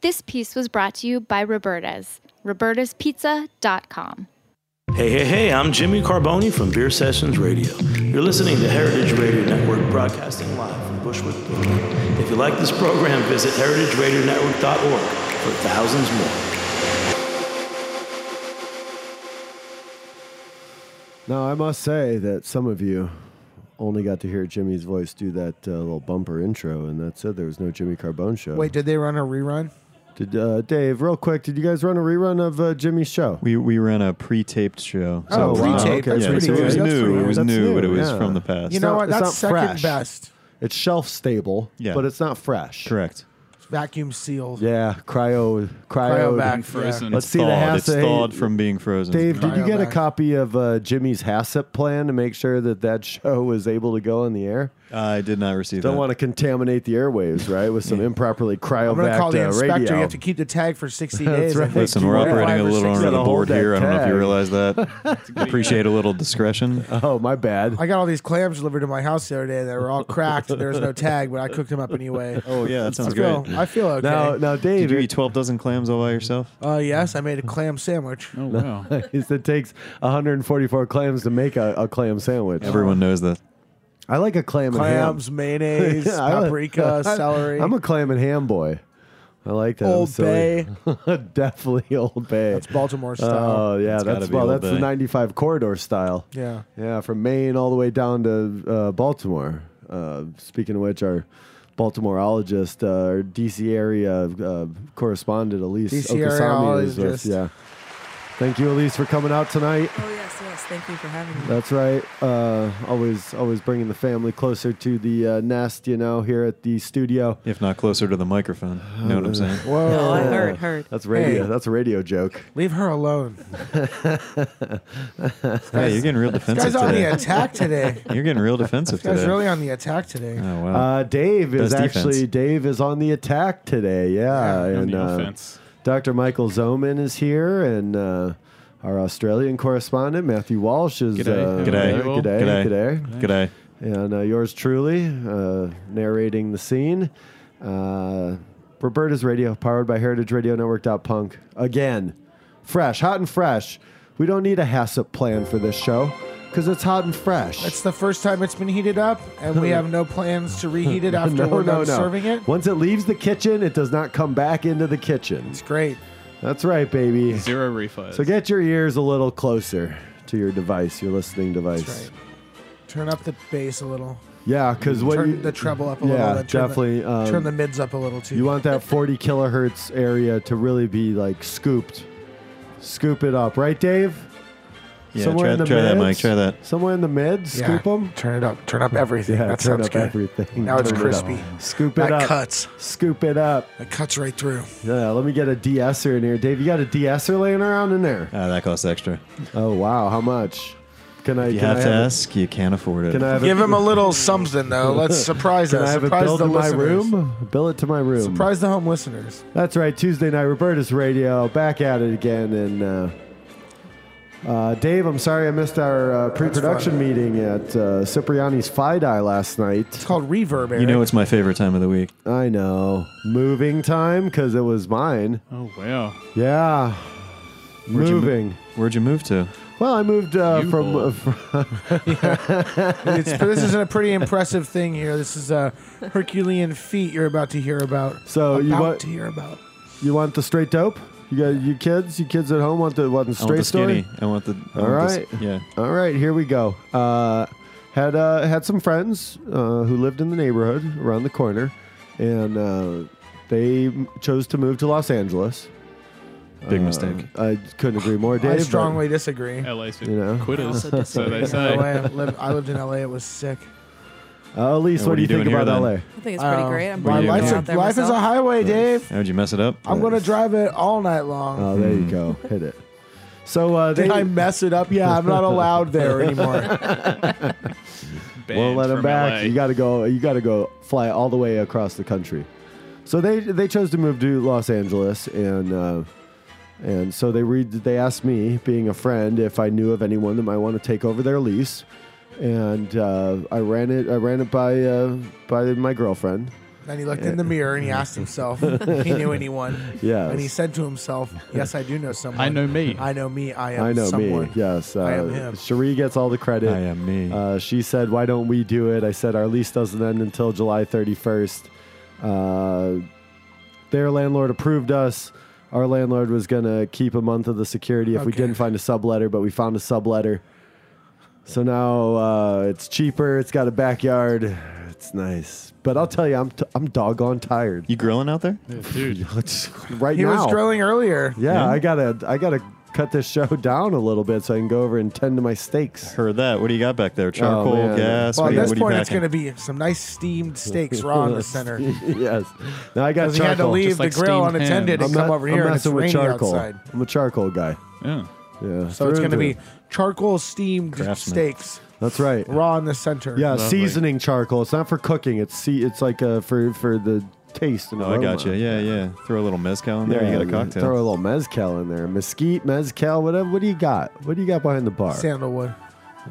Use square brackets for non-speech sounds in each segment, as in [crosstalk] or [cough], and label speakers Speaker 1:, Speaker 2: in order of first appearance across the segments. Speaker 1: This piece was brought to you by Roberta's, robertaspizza.com.
Speaker 2: Hey, hey, hey, I'm Jimmy Carboni from Beer Sessions Radio. You're listening to Heritage Radio Network broadcasting live from Bushwick, Brooklyn. If you like this program, visit heritageradionetwork.org for thousands more.
Speaker 3: Now, I must say that some of you only got to hear Jimmy's voice do that uh, little bumper intro, and that said, there was no Jimmy Carbone show.
Speaker 4: Wait, did they run a rerun?
Speaker 3: did, uh, Dave, real quick, did you guys run a rerun of uh, Jimmy's show?
Speaker 5: We we ran a pre-taped show.
Speaker 4: Oh,
Speaker 5: it was-
Speaker 4: pre-taped,
Speaker 3: okay.
Speaker 4: that's
Speaker 5: Yeah,
Speaker 4: pretty
Speaker 5: so it
Speaker 4: good.
Speaker 5: was
Speaker 4: That's
Speaker 5: new.
Speaker 4: pretty
Speaker 5: It was
Speaker 3: good.
Speaker 5: new,
Speaker 3: That's
Speaker 5: but it was
Speaker 3: yeah.
Speaker 5: from the past.
Speaker 4: You know
Speaker 3: not-
Speaker 4: what?
Speaker 3: it's
Speaker 4: That's
Speaker 3: not
Speaker 4: second
Speaker 3: fresh.
Speaker 4: best.
Speaker 3: It's shelf stable,
Speaker 5: Yeah.
Speaker 3: but it's not fresh.
Speaker 5: correct.
Speaker 4: Vacuum sealed.
Speaker 3: Yeah, cryo, cryo.
Speaker 4: Cryovac.
Speaker 6: Frozen.
Speaker 3: Let's
Speaker 5: It's
Speaker 3: see the
Speaker 5: thawed.
Speaker 3: half.
Speaker 5: It's thawed from being frozen.
Speaker 3: Dave, did you get a
Speaker 4: Cryovac.
Speaker 3: copy of uh, Jimmy's HACCP plan to make sure that that show was able to go on the air?
Speaker 5: I did not receive
Speaker 3: Don't
Speaker 5: that.
Speaker 3: want to contaminate the airwaves, right? With some improperly cryovac
Speaker 4: I'm gonna call the
Speaker 3: uh,
Speaker 4: inspector.
Speaker 3: radio.
Speaker 4: You have to keep the tag for 60
Speaker 3: That's
Speaker 4: days. I
Speaker 3: right.
Speaker 4: think.
Speaker 5: Listen, we're
Speaker 4: Four or
Speaker 5: operating a
Speaker 4: five or
Speaker 5: little
Speaker 4: six
Speaker 5: under
Speaker 3: gotta
Speaker 5: the
Speaker 4: days.
Speaker 3: hold
Speaker 5: board
Speaker 3: that
Speaker 5: here. I don't know if
Speaker 3: tag.
Speaker 5: you realize that. Appreciate a little discretion.
Speaker 3: oh, my bad.
Speaker 4: I got all these clams delivered to my house the other day. They were all cracked. there was no tag, but I cooked them up anyway.
Speaker 5: Oh yeah, that sounds
Speaker 4: I feel,
Speaker 5: great.
Speaker 4: I feel okay.
Speaker 3: Now, now, Dave,
Speaker 5: Did you eat twelve dozen clams all by yourself?
Speaker 4: Uh, yes, I made a clam sandwich.
Speaker 6: Oh wow.
Speaker 3: is it takes 144 clams to make a, a clam sandwich.
Speaker 5: Everyone knows that.
Speaker 3: I like a clam
Speaker 4: Clams,
Speaker 3: and ham.
Speaker 4: mayonnaise,
Speaker 3: Yeah, I like-
Speaker 4: paprika,
Speaker 3: I-
Speaker 4: celery.
Speaker 3: I'm a clam and ham boy. I like that. I'm
Speaker 4: Old
Speaker 3: silly. [laughs] Definitely Old Bay.
Speaker 4: That's Baltimore style.
Speaker 3: Oh yeah,
Speaker 5: It's gotta
Speaker 3: that's
Speaker 5: be
Speaker 3: well,
Speaker 5: Old
Speaker 3: that's the
Speaker 5: Bay.
Speaker 3: 95 corridor style.
Speaker 4: yeah.
Speaker 3: Yeah, from Maine all the way down to uh, Baltimore. Uh, speaking of which, our Baltimoreologist, uh, our DC area uh, correspondent, Elise
Speaker 4: DC
Speaker 3: Okasami, is with us.
Speaker 4: areaologist.
Speaker 3: Yeah. Thank you, Elise, for coming out tonight.
Speaker 7: Oh yes, yes. Thank you for having me.
Speaker 3: That's right. Uh, always, always bringing the family closer to the uh, nest. You know, here at the studio.
Speaker 5: If not closer to the microphone. You know what I'm saying?
Speaker 4: Whoa.
Speaker 7: [laughs] Oh, I heard, heard.
Speaker 3: That's radio.
Speaker 4: Hey.
Speaker 3: That's a radio joke.
Speaker 4: Leave her alone.
Speaker 5: Hey, you're getting real
Speaker 4: This
Speaker 5: defensive
Speaker 4: guy's on the
Speaker 5: today.
Speaker 4: attack
Speaker 5: [laughs]
Speaker 4: today.
Speaker 5: You're getting real defensive
Speaker 4: This guy's
Speaker 5: today.
Speaker 4: really on the attack today.
Speaker 5: Oh wow.
Speaker 3: Uh, Dave is
Speaker 5: Best defense.
Speaker 3: actually Dave is on the attack today. Yeah,
Speaker 6: On
Speaker 3: and
Speaker 6: the
Speaker 3: uh,
Speaker 6: offense.
Speaker 3: Dr. Michael Zoman is here, and uh, our Australian correspondent Matthew Walsh is.
Speaker 6: G'day.
Speaker 3: Uh,
Speaker 6: G'day.
Speaker 3: there.
Speaker 6: Hello.
Speaker 3: G'day. G'day.
Speaker 5: Good day.
Speaker 3: And uh, yours truly, uh, narrating the scene. Uh, Roberta's Radio, powered by Heritage Radio Network.punk. Again, fresh, hot and fresh. We don't need a HACCP plan for this show because it's hot and fresh.
Speaker 4: It's the first time it's been heated up, and
Speaker 3: [laughs]
Speaker 4: we have no plans to reheat it after we're done serving it.
Speaker 3: Once it leaves the kitchen, it does not come back into the kitchen.
Speaker 4: It's great.
Speaker 3: That's right, baby.
Speaker 6: Zero refunds.
Speaker 3: So get your ears a little closer to your device, your listening device.
Speaker 4: That's right. Turn up the bass a little.
Speaker 3: Yeah, because what
Speaker 4: turn
Speaker 3: you,
Speaker 4: the treble up a
Speaker 3: yeah,
Speaker 4: little. then turn the-
Speaker 3: definitely, um,
Speaker 4: turn the mids up a little too.
Speaker 3: you want that 40 kilohertz area to really be like scooped. Scoop it up, right, Dave?
Speaker 5: Yeah, try, try that, Mike. Try that.
Speaker 3: Somewhere in the mid,
Speaker 4: Yeah,
Speaker 3: scoop them.
Speaker 4: Turn it up. Turn up everything.
Speaker 3: Yeah,
Speaker 4: that
Speaker 3: turn
Speaker 4: sounds
Speaker 3: up
Speaker 4: good.
Speaker 3: everything.
Speaker 4: Now it's
Speaker 3: Turn it up.
Speaker 4: crispy.
Speaker 3: Scoop it
Speaker 4: That
Speaker 3: up.
Speaker 4: cuts.
Speaker 3: Scoop it up.
Speaker 4: It cuts right through.
Speaker 3: Yeah, let me get a de-esser in here. Dave, you got a de-esser laying around in there?
Speaker 5: Ah, that costs extra.
Speaker 3: Oh wow, how much? Can I?
Speaker 5: If you
Speaker 3: can
Speaker 5: have
Speaker 3: I
Speaker 5: to
Speaker 3: have a-
Speaker 5: ask, you can't afford it.
Speaker 3: Can I have
Speaker 4: Give
Speaker 3: a,
Speaker 4: him a little something
Speaker 3: [laughs]
Speaker 4: though. Let's surprise
Speaker 3: Can
Speaker 4: us.
Speaker 3: I have a
Speaker 4: surprise
Speaker 3: bill
Speaker 4: the
Speaker 3: to my
Speaker 4: listeners.
Speaker 3: room? Bill it to my room.
Speaker 4: Surprise the home listeners.
Speaker 3: That's right. Tuesday night, Roberta's Radio, back at it again. And uh, uh, Dave, I'm sorry I missed our uh, pre-production meeting at uh, Cipriani's Fidei last night.
Speaker 4: It's called reverb. Eric.
Speaker 5: you know it's my favorite time of the week.
Speaker 3: I know, moving time because it was mine.
Speaker 6: oh wow.
Speaker 3: Yeah,
Speaker 5: you mo-
Speaker 3: moving.
Speaker 5: Where'd you move to?
Speaker 3: well, I moved uh,
Speaker 6: You
Speaker 3: from. Uh,
Speaker 6: old.
Speaker 3: from
Speaker 4: It's- but this isn't a pretty impressive thing here. This is a Herculean feat you're about to hear about.
Speaker 3: So
Speaker 4: about
Speaker 3: you want-
Speaker 4: to hear about?
Speaker 3: you want the straight dope? You got you kids? You kids at home want the want the
Speaker 5: I want
Speaker 3: straight
Speaker 5: the
Speaker 3: story?
Speaker 5: skinny. I want the. I
Speaker 3: All
Speaker 5: want
Speaker 3: right.
Speaker 5: The, yeah.
Speaker 3: All right, here we go. Uh, had uh, had some friends uh, who lived in the neighborhood around the corner, and uh, they m- chose to move to Los Angeles.
Speaker 5: Big
Speaker 3: Uh,
Speaker 5: mistake.
Speaker 3: I couldn't agree more, Dave.
Speaker 4: I
Speaker 3: but,
Speaker 4: strongly disagree.
Speaker 6: LA's
Speaker 3: You know.
Speaker 6: quitters.
Speaker 7: Also
Speaker 6: so they
Speaker 4: In
Speaker 6: say. [laughs]
Speaker 4: LA, I, lived, I lived in LA. It was sick.
Speaker 3: Uh, Elise,
Speaker 5: Yeah,
Speaker 3: what, do you,
Speaker 5: doing
Speaker 3: think
Speaker 5: here
Speaker 3: about LA?
Speaker 5: then?
Speaker 7: I think it's pretty
Speaker 4: Um,
Speaker 7: great. I'm
Speaker 4: my
Speaker 7: glad
Speaker 5: you
Speaker 7: to be
Speaker 4: life's
Speaker 5: doing
Speaker 4: a,
Speaker 7: out there
Speaker 4: life is a
Speaker 7: myself.
Speaker 4: highway, Dave.
Speaker 5: How'd you mess it up?
Speaker 4: I'm gonna drive it all night long.
Speaker 3: Oh, there you
Speaker 5: Hmm.
Speaker 3: go. Hit it. So uh, they
Speaker 4: Did I mess it up? Yeah, I'm not allowed [laughs] there anymore.
Speaker 3: won't let them
Speaker 6: from
Speaker 3: back.
Speaker 6: LA.
Speaker 3: You got to go. You got to go fly all the way across the country. So they they chose to move to Los Angeles, and uh, and so they read. They asked me, being a friend, if I knew of anyone that might want to take over their lease, and uh, I ran it. I ran it by uh, by my girlfriend,
Speaker 4: Then he looked in the mirror and he asked himself if he knew anyone.
Speaker 3: Yes.
Speaker 4: And he said to himself, Yes, I do know someone.
Speaker 6: I know me.
Speaker 4: I know me. I am
Speaker 3: I know
Speaker 4: someone.
Speaker 3: me. Yes. Uh,
Speaker 4: I am him.
Speaker 3: Cherie gets all the credit.
Speaker 5: I am me.
Speaker 3: Uh, she said, Why don't we do it? I said, Our lease doesn't end until July 31st. Uh, their landlord approved us. Our landlord was going to keep a month of the security if we
Speaker 4: Okay.
Speaker 3: didn't find a subletter, but we found a subletter. So now uh, it's cheaper. It's got a backyard. It's nice. But I'll tell you, I'm, t- I'm doggone tired.
Speaker 5: You grilling out there? [laughs]
Speaker 6: Dude,
Speaker 3: Right
Speaker 4: He
Speaker 3: now.
Speaker 4: was grilling earlier.
Speaker 3: Yeah,
Speaker 5: Yeah.
Speaker 3: I gotta I gotta cut this show [laughs] down a little bit so I can go over and tend to my steaks.
Speaker 5: Heard that. What do you got back there? Charcoal,
Speaker 3: Oh, man.
Speaker 5: gas.
Speaker 4: Well, at
Speaker 5: what do you,
Speaker 4: this
Speaker 5: what are you
Speaker 4: point, it's
Speaker 5: packing?
Speaker 4: going to be some nice steamed steaks raw [laughs] in the
Speaker 3: [laughs]
Speaker 4: center.
Speaker 3: yes. Now I got
Speaker 4: Because he had to
Speaker 3: charcoal.
Speaker 4: leave
Speaker 6: Just like
Speaker 4: the grill
Speaker 6: steamed
Speaker 4: unattended
Speaker 6: ham.
Speaker 4: and come
Speaker 3: me-
Speaker 4: over here and it's
Speaker 3: messing
Speaker 4: raining
Speaker 3: with charcoal.
Speaker 4: outside.
Speaker 3: I'm a charcoal guy.
Speaker 6: yeah.
Speaker 3: Yeah.
Speaker 4: So it's
Speaker 3: through and
Speaker 4: going to be
Speaker 3: through.
Speaker 4: charcoal steamed
Speaker 5: Craftsman.
Speaker 4: steaks
Speaker 3: That's right.
Speaker 4: raw in the center.
Speaker 3: Yeah,
Speaker 5: Lovely.
Speaker 3: seasoning charcoal. It's not for cooking. It's see. It's like uh, for for the taste and
Speaker 5: Oh, I
Speaker 3: aroma.
Speaker 5: got you. Yeah, yeah. Throw a little mezcal in there. you got a
Speaker 3: man.
Speaker 5: cocktail.
Speaker 3: Throw a little mezcal in there. Mesquite, mezcal, whatever. What do you got? What do you got behind the bar?
Speaker 4: [laughs] Sandalwood.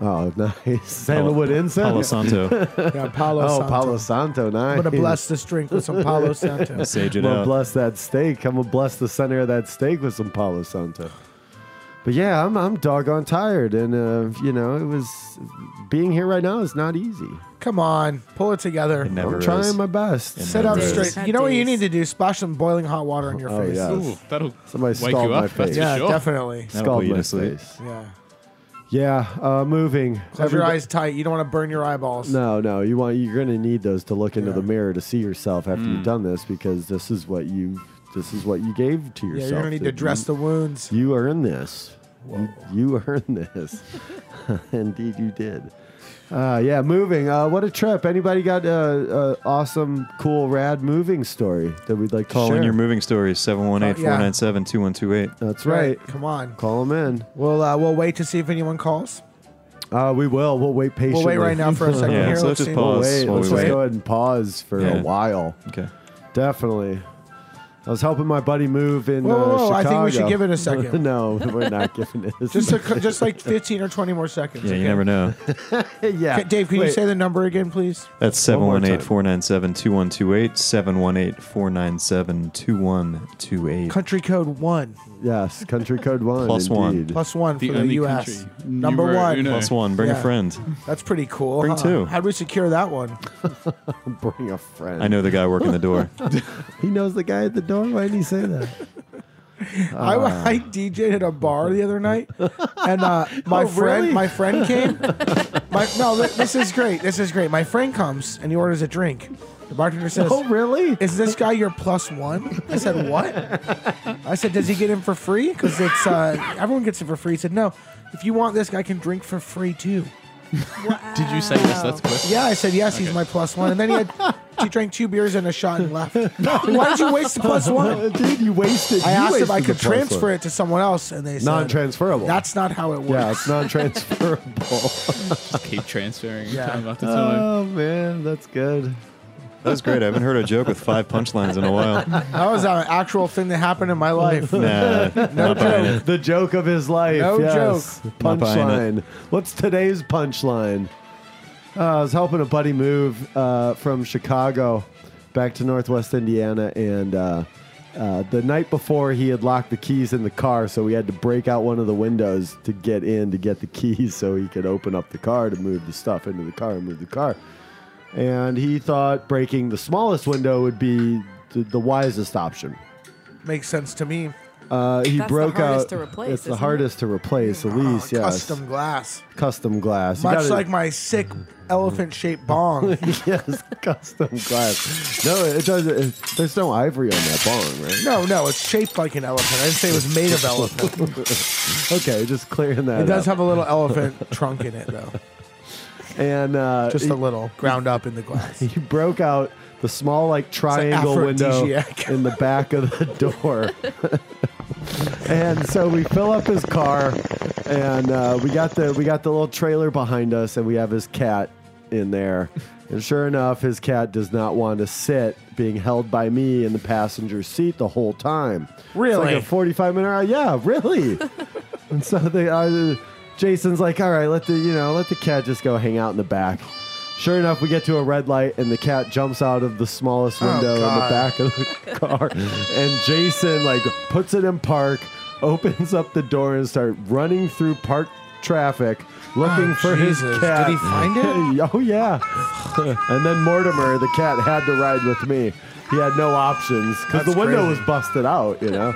Speaker 3: oh, [laughs] nice. Sandalwood
Speaker 5: Palo
Speaker 3: incense. [laughs]
Speaker 5: Santo.
Speaker 4: Yeah, Palo
Speaker 3: oh,
Speaker 4: Santo.
Speaker 3: Palo Santo. Nice.
Speaker 4: I'm going to bless this drink with some [laughs] Palo Santo.
Speaker 5: Sage it
Speaker 3: I'm gonna
Speaker 5: out.
Speaker 3: bless that steak. I'm gonna bless the center of that steak with some Palo Santo. But yeah, I'm I'm doggone tired, and uh, you know it was being here right now is not easy.
Speaker 4: Come on, pull it together.
Speaker 5: It never
Speaker 3: I'm trying
Speaker 5: is.
Speaker 3: my best.
Speaker 5: It
Speaker 4: Sit up
Speaker 5: Days.
Speaker 4: straight. You know what you need to do? Splash some boiling hot water on your
Speaker 3: Oh,
Speaker 4: face.
Speaker 3: yeah.
Speaker 6: Ooh, that'll
Speaker 3: Somebody
Speaker 6: wake
Speaker 3: stalled
Speaker 6: you up.
Speaker 3: my face. [laughs]
Speaker 6: That's
Speaker 4: Yeah,
Speaker 6: for sure.
Speaker 4: definitely.
Speaker 5: That'll
Speaker 3: Scald
Speaker 5: put you
Speaker 3: my
Speaker 5: to sleep.
Speaker 3: face.
Speaker 4: Yeah.
Speaker 3: Yeah, uh, moving.
Speaker 4: Close your
Speaker 3: Everybo-
Speaker 4: eyes tight. You don't want to burn your eyeballs.
Speaker 3: No, no. You want you're gonna need those to look into
Speaker 4: Yeah.
Speaker 3: the mirror to see yourself after you've done this because this is what you this is what you gave to
Speaker 4: Yeah,
Speaker 3: yourself.
Speaker 4: you're gonna need to dress the wounds.
Speaker 3: You earned this. You, you [laughs] earned this. Indeed, you did. Uh, yeah, moving. Uh, what a trip. Anybody got a, a awesome, cool, rad moving story that we'd like to
Speaker 5: Call
Speaker 3: share?
Speaker 5: in your moving
Speaker 3: Uh,
Speaker 5: stories,
Speaker 4: Oh, yeah.
Speaker 5: 718-497-2128.
Speaker 3: That's right.
Speaker 4: Come on.
Speaker 3: Call them
Speaker 4: We'll uh, we'll wait to see if anyone calls.
Speaker 3: in. Uh, we will. We'll wait patiently.
Speaker 4: We'll wait right now [laughs] for a second
Speaker 5: Yeah,
Speaker 4: here.
Speaker 5: so
Speaker 4: Let's
Speaker 5: let's just
Speaker 4: see.
Speaker 3: We'll [laughs]
Speaker 5: pause.
Speaker 3: wait.
Speaker 5: while
Speaker 3: Let's
Speaker 5: we
Speaker 3: just
Speaker 5: wait.
Speaker 3: go ahead and pause for
Speaker 5: Yeah.
Speaker 3: a while.
Speaker 5: Okay.
Speaker 3: Definitely. I was helping my buddy move in
Speaker 4: Whoa, whoa,
Speaker 3: uh,
Speaker 4: whoa,
Speaker 3: Chicago.
Speaker 4: I think we should give
Speaker 3: [laughs]
Speaker 4: it a second.
Speaker 3: no, we're not giving it. A
Speaker 4: Just
Speaker 3: second.
Speaker 4: a, just like 15 or 20 more seconds.
Speaker 5: Yeah,
Speaker 4: okay?
Speaker 5: you never know.
Speaker 3: yeah.
Speaker 4: Ca-
Speaker 3: [laughs]
Speaker 4: Dave, can you
Speaker 3: Wait.
Speaker 4: say the number again, please?
Speaker 5: That's
Speaker 3: One more time.
Speaker 5: 718 497 2128. 718 497 2128.
Speaker 4: Country code one
Speaker 3: Yes, country code one.
Speaker 5: Plus one.
Speaker 3: indeed.
Speaker 4: plus one
Speaker 6: The
Speaker 4: for the
Speaker 6: only
Speaker 4: U.S.
Speaker 6: country
Speaker 4: Number
Speaker 6: numero
Speaker 4: one.
Speaker 6: uno.
Speaker 5: Plus one. Bring
Speaker 4: Yeah.
Speaker 5: a friend.
Speaker 3: [laughs]
Speaker 4: That's pretty cool.
Speaker 5: Bring
Speaker 4: huh?
Speaker 5: two.
Speaker 4: How'd we secure that one?
Speaker 3: Bring a friend.
Speaker 5: I know the guy working the door.
Speaker 3: He knows the guy at the door. Why didn't he say that? Uh.
Speaker 4: [laughs] I, I DJ'd at a bar the other night,
Speaker 3: [laughs]
Speaker 4: and uh, my
Speaker 3: Oh,
Speaker 4: friend,
Speaker 3: really?
Speaker 4: my
Speaker 3: [laughs]
Speaker 4: friend came. my, no, th- this is great. This is great. My friend comes and he orders a drink. The bartender says,
Speaker 3: oh, really?
Speaker 4: "Is this guy your plus one?" I said, "What?" I said, "Does he get in for free? Because it's uh, everyone gets it for free." He said, "No, if you want this, I can drink for free too."
Speaker 6: Did you say this? That's
Speaker 4: [laughs]
Speaker 6: quick.
Speaker 4: Yeah, I said yes. He's
Speaker 6: Okay.
Speaker 4: my plus one, and then he had
Speaker 3: [laughs]
Speaker 4: he drank two beers and a shot and left. Why did you waste the plus one?
Speaker 3: Dude, you wasted.
Speaker 4: I
Speaker 3: you
Speaker 4: asked if
Speaker 3: wasted
Speaker 4: I
Speaker 3: the
Speaker 4: could
Speaker 3: plus
Speaker 4: transfer
Speaker 3: one.
Speaker 4: it to someone else, and they said
Speaker 3: Non-transferable.
Speaker 4: That's not how it works.
Speaker 3: Yeah, it's non-transferable.
Speaker 6: Just keep transferring
Speaker 4: Yeah.
Speaker 6: time after time.
Speaker 3: oh man, that's good.
Speaker 5: That was great. I haven't heard a joke with five punchlines in a while.
Speaker 4: That was an actual thing that
Speaker 3: [laughs]
Speaker 4: happened in my life.
Speaker 5: Nah, not buying it.
Speaker 3: The joke of his life.
Speaker 4: No
Speaker 3: yes.
Speaker 4: joke.
Speaker 5: Not buying
Speaker 3: Punchline. What's today's punchline? Uh, I was helping a buddy move uh, from Chicago back to Northwest Indiana, and uh, uh, the night before he had locked the keys in the car, so we had to break out one of the windows to get in to get the keys so he could open up the car to move the stuff into the car and move the car. And he thought breaking the smallest window would be the, the wisest option.
Speaker 4: Makes sense to me.
Speaker 3: Uh, he
Speaker 7: That's the
Speaker 3: broke
Speaker 7: hardest
Speaker 3: out.
Speaker 7: to replace,
Speaker 3: it's the
Speaker 7: isn't it?
Speaker 3: hardest to replace, at least. yes,
Speaker 4: Mm. Oh, Custom glass,
Speaker 3: Custom glass. You
Speaker 4: much
Speaker 3: gotta- [laughs]
Speaker 4: like my sick elephant-shaped bong.
Speaker 3: yes, custom glass. No, it doesn't. it- There's no ivory on that bong, right? [laughs]
Speaker 4: no, no, it's shaped like an elephant. I didn't say it was made of elephant.
Speaker 3: Okay, just clearing that.
Speaker 4: It does
Speaker 3: up.
Speaker 4: have a little elephant trunk in it, though,
Speaker 3: and uh,
Speaker 4: just
Speaker 3: he,
Speaker 4: a little, ground up in the
Speaker 3: [laughs]
Speaker 4: glass.
Speaker 3: he broke out the small like triangle window
Speaker 4: aphrodisiac.
Speaker 3: in the back of
Speaker 4: [laughs]
Speaker 3: the door. and so we fill up his car, and uh, we got the we got the little trailer behind us, and we have his cat in there. And sure enough, his cat does not want to sit, being held by me in the passenger seat the whole time. It's like
Speaker 4: Really?
Speaker 3: a forty-five minute. ride. Yeah, really. and so they, uh, Jason's like, "All right, let the you know, let the cat just go hang out in the back." Sure enough, we get to a red light, and the cat jumps out of the smallest
Speaker 4: Oh,
Speaker 3: window in the
Speaker 4: God.
Speaker 3: back of the
Speaker 4: [laughs]
Speaker 3: car. and Jason like puts it in park, opens up the door, and start running through park traffic looking
Speaker 4: Oh,
Speaker 3: for his
Speaker 4: Jesus.
Speaker 3: cat.
Speaker 4: Did he find
Speaker 3: it? [laughs] oh yeah. and then Mortimer, the cat, had to ride with me. He had no options because the
Speaker 4: That's
Speaker 3: window
Speaker 4: crazy.
Speaker 3: was busted out, you know.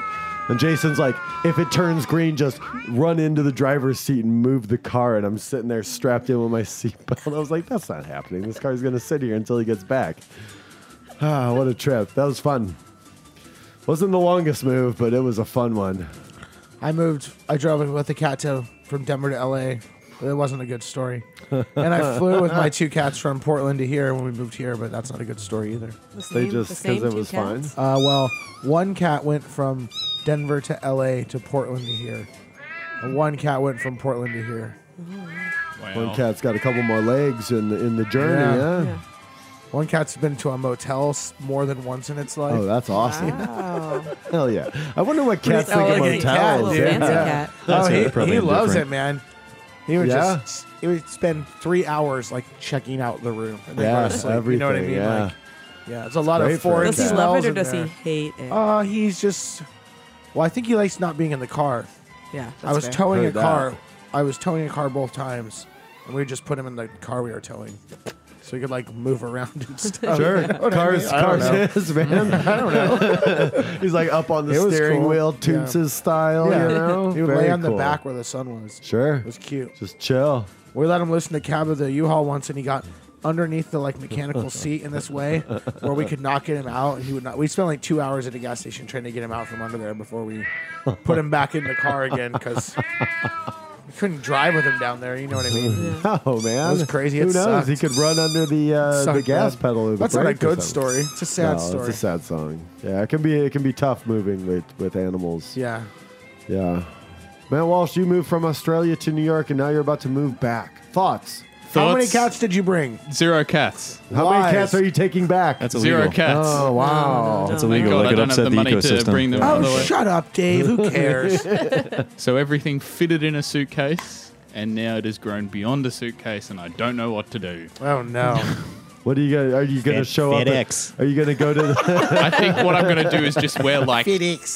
Speaker 3: And Jason's like, if it turns green, just run into the driver's seat and move the car. And I'm sitting there strapped in with my [laughs] seatbelt. I was like, that's not happening. This car's going to sit here until he gets back. [sighs] Ah, what a trip. That was fun. Wasn't the longest move, but it was a fun one.
Speaker 4: I moved. I drove with the cat to from Denver to L.A. It wasn't a good
Speaker 3: [laughs]
Speaker 4: story, and I flew with my two cats from Portland to here when we moved here. But that's not a good story either.
Speaker 7: The
Speaker 3: They
Speaker 7: same-
Speaker 3: just-
Speaker 7: the
Speaker 3: 'cause
Speaker 7: same
Speaker 3: it
Speaker 7: two
Speaker 3: was
Speaker 7: cats?
Speaker 4: Uh, well, one cat went from Denver to L.A. to Portland to here, and one cat went from Portland to here.
Speaker 3: One cat's got a couple more legs in the, in the journey,
Speaker 4: Yeah.
Speaker 3: yeah?
Speaker 7: Yeah.
Speaker 4: One cat's been to a motel s- more than once in its life.
Speaker 3: Oh, that's awesome.
Speaker 7: Wow.
Speaker 3: [laughs] Hell yeah. I wonder what cats
Speaker 7: Pretty
Speaker 3: think about
Speaker 7: elegant Oh, cat,
Speaker 3: towels.
Speaker 7: little
Speaker 3: yeah.
Speaker 7: fancy cat.
Speaker 3: [laughs]
Speaker 5: That's
Speaker 4: oh,
Speaker 5: it,
Speaker 4: he,
Speaker 5: probably
Speaker 4: he loves
Speaker 5: different.
Speaker 4: it, man. He would
Speaker 3: Yeah?
Speaker 4: just he would spend three hours like checking out the room. And then go
Speaker 3: Yeah,
Speaker 4: to sleep, you know what I
Speaker 3: everything,
Speaker 4: mean?
Speaker 3: yeah.
Speaker 4: Like, yeah, it's a lot
Speaker 3: great
Speaker 4: of
Speaker 3: for
Speaker 4: foreign
Speaker 3: him.
Speaker 7: Does he
Speaker 4: smells.
Speaker 7: love it or
Speaker 4: in
Speaker 7: does
Speaker 4: there.
Speaker 7: he hate it?
Speaker 4: Uh, he's just. Well, I think he likes not being in the car.
Speaker 7: yeah.
Speaker 4: I
Speaker 7: that's
Speaker 4: was
Speaker 7: fair.
Speaker 4: towing a
Speaker 3: Heard that.
Speaker 4: car. I was towing a car both times, and we just put him in the car we were towing, so he could like move around
Speaker 7: [laughs]
Speaker 4: and stuff.
Speaker 3: Sure. Cars,
Speaker 4: I don't
Speaker 3: cars is,
Speaker 4: [laughs]
Speaker 3: man. I don't know. [laughs] He's like up on the
Speaker 4: It was
Speaker 3: steering
Speaker 4: cool.
Speaker 3: wheel, toots
Speaker 4: Yeah.
Speaker 3: his style,
Speaker 4: Yeah.
Speaker 3: you know?
Speaker 4: [laughs] He would lay
Speaker 3: Very
Speaker 4: on the
Speaker 3: cool.
Speaker 4: back where the sun was.
Speaker 3: Sure.
Speaker 4: It was cute.
Speaker 3: Just chill.
Speaker 4: We let him listen to cab of the U-Haul once, and he got underneath the like
Speaker 3: [laughs]
Speaker 4: mechanical seat in this way, where we could not get him out. And he would not. We spent like two hours at a gas station trying to get him out from under there before we put him back in the car again because we couldn't drive with him down there. You know what I mean?
Speaker 3: [laughs] Oh, man.
Speaker 4: It was crazy.
Speaker 3: Who
Speaker 4: It
Speaker 3: knows?
Speaker 4: sucked.
Speaker 3: He could run under the uh, the
Speaker 4: Sucked
Speaker 3: gas
Speaker 4: bad.
Speaker 3: pedal. Or the
Speaker 4: That's not a
Speaker 3: brake or
Speaker 4: good
Speaker 3: something.
Speaker 4: story. It's a
Speaker 3: no,
Speaker 4: sad story.
Speaker 3: it's a sad song. Yeah, it can be it can be tough moving with, with animals.
Speaker 4: Yeah.
Speaker 3: yeah. Matt Walsh, you moved from Australia to New York, and now you're about to move back. Thoughts?
Speaker 4: How many
Speaker 6: Thoughts?
Speaker 4: cats did you bring?
Speaker 6: Zero cats.
Speaker 3: How many
Speaker 4: Lies.
Speaker 3: cats are you taking back?
Speaker 5: That's
Speaker 6: Zero
Speaker 5: illegal.
Speaker 6: cats.
Speaker 3: Oh wow!
Speaker 5: That's
Speaker 7: Oh my
Speaker 5: illegal.
Speaker 6: God,
Speaker 5: Like
Speaker 6: I
Speaker 5: it
Speaker 6: don't have
Speaker 5: upset
Speaker 6: the
Speaker 5: the
Speaker 6: money to
Speaker 5: ecosystem.
Speaker 6: bring them
Speaker 5: Yeah.
Speaker 6: out.
Speaker 4: Oh,
Speaker 6: By the way.
Speaker 4: shut up, Dave.
Speaker 3: [laughs]
Speaker 4: Who cares?
Speaker 6: So everything fitted in a suitcase, and now it has grown beyond a suitcase, and I don't know what to do.
Speaker 4: oh no.
Speaker 3: What are you gonna? Are you gonna
Speaker 5: Fed-
Speaker 3: show up? at-
Speaker 5: FedEx.
Speaker 3: are you gonna go to?
Speaker 6: [laughs]
Speaker 3: The,
Speaker 6: I think what I'm going to do is just wear like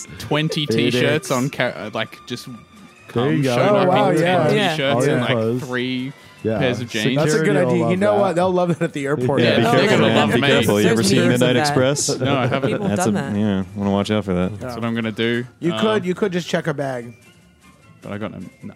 Speaker 6: 20 t-shirts on, ca- uh, like just
Speaker 3: There you
Speaker 6: come
Speaker 3: go.
Speaker 6: shown
Speaker 3: Oh,
Speaker 6: up
Speaker 3: wow,
Speaker 6: in 10
Speaker 3: yeah.
Speaker 7: Yeah.
Speaker 6: t-shirts
Speaker 3: All
Speaker 6: and
Speaker 3: your
Speaker 6: like
Speaker 3: clothes.
Speaker 6: three
Speaker 3: Yeah.
Speaker 6: pairs of jeans.
Speaker 4: That's a good
Speaker 3: Security will
Speaker 4: idea. You
Speaker 3: love
Speaker 4: know
Speaker 3: that.
Speaker 4: what? They'll love it at the airport.
Speaker 3: Yeah,
Speaker 5: Yeah, be
Speaker 7: Oh,
Speaker 5: careful,
Speaker 7: yeah.
Speaker 5: man. Be
Speaker 6: Amazing.
Speaker 5: careful. You ever
Speaker 7: There's
Speaker 5: seen
Speaker 7: memes of
Speaker 5: Midnight
Speaker 7: that.
Speaker 5: Express?
Speaker 6: no, I haven't.
Speaker 5: [laughs]
Speaker 7: People have
Speaker 5: That's a
Speaker 7: done that.
Speaker 5: yeah. Want to watch out for that.
Speaker 6: That's what I'm going to do.
Speaker 4: You
Speaker 6: Um,
Speaker 4: could you could just check a bag.
Speaker 6: But I got no. no.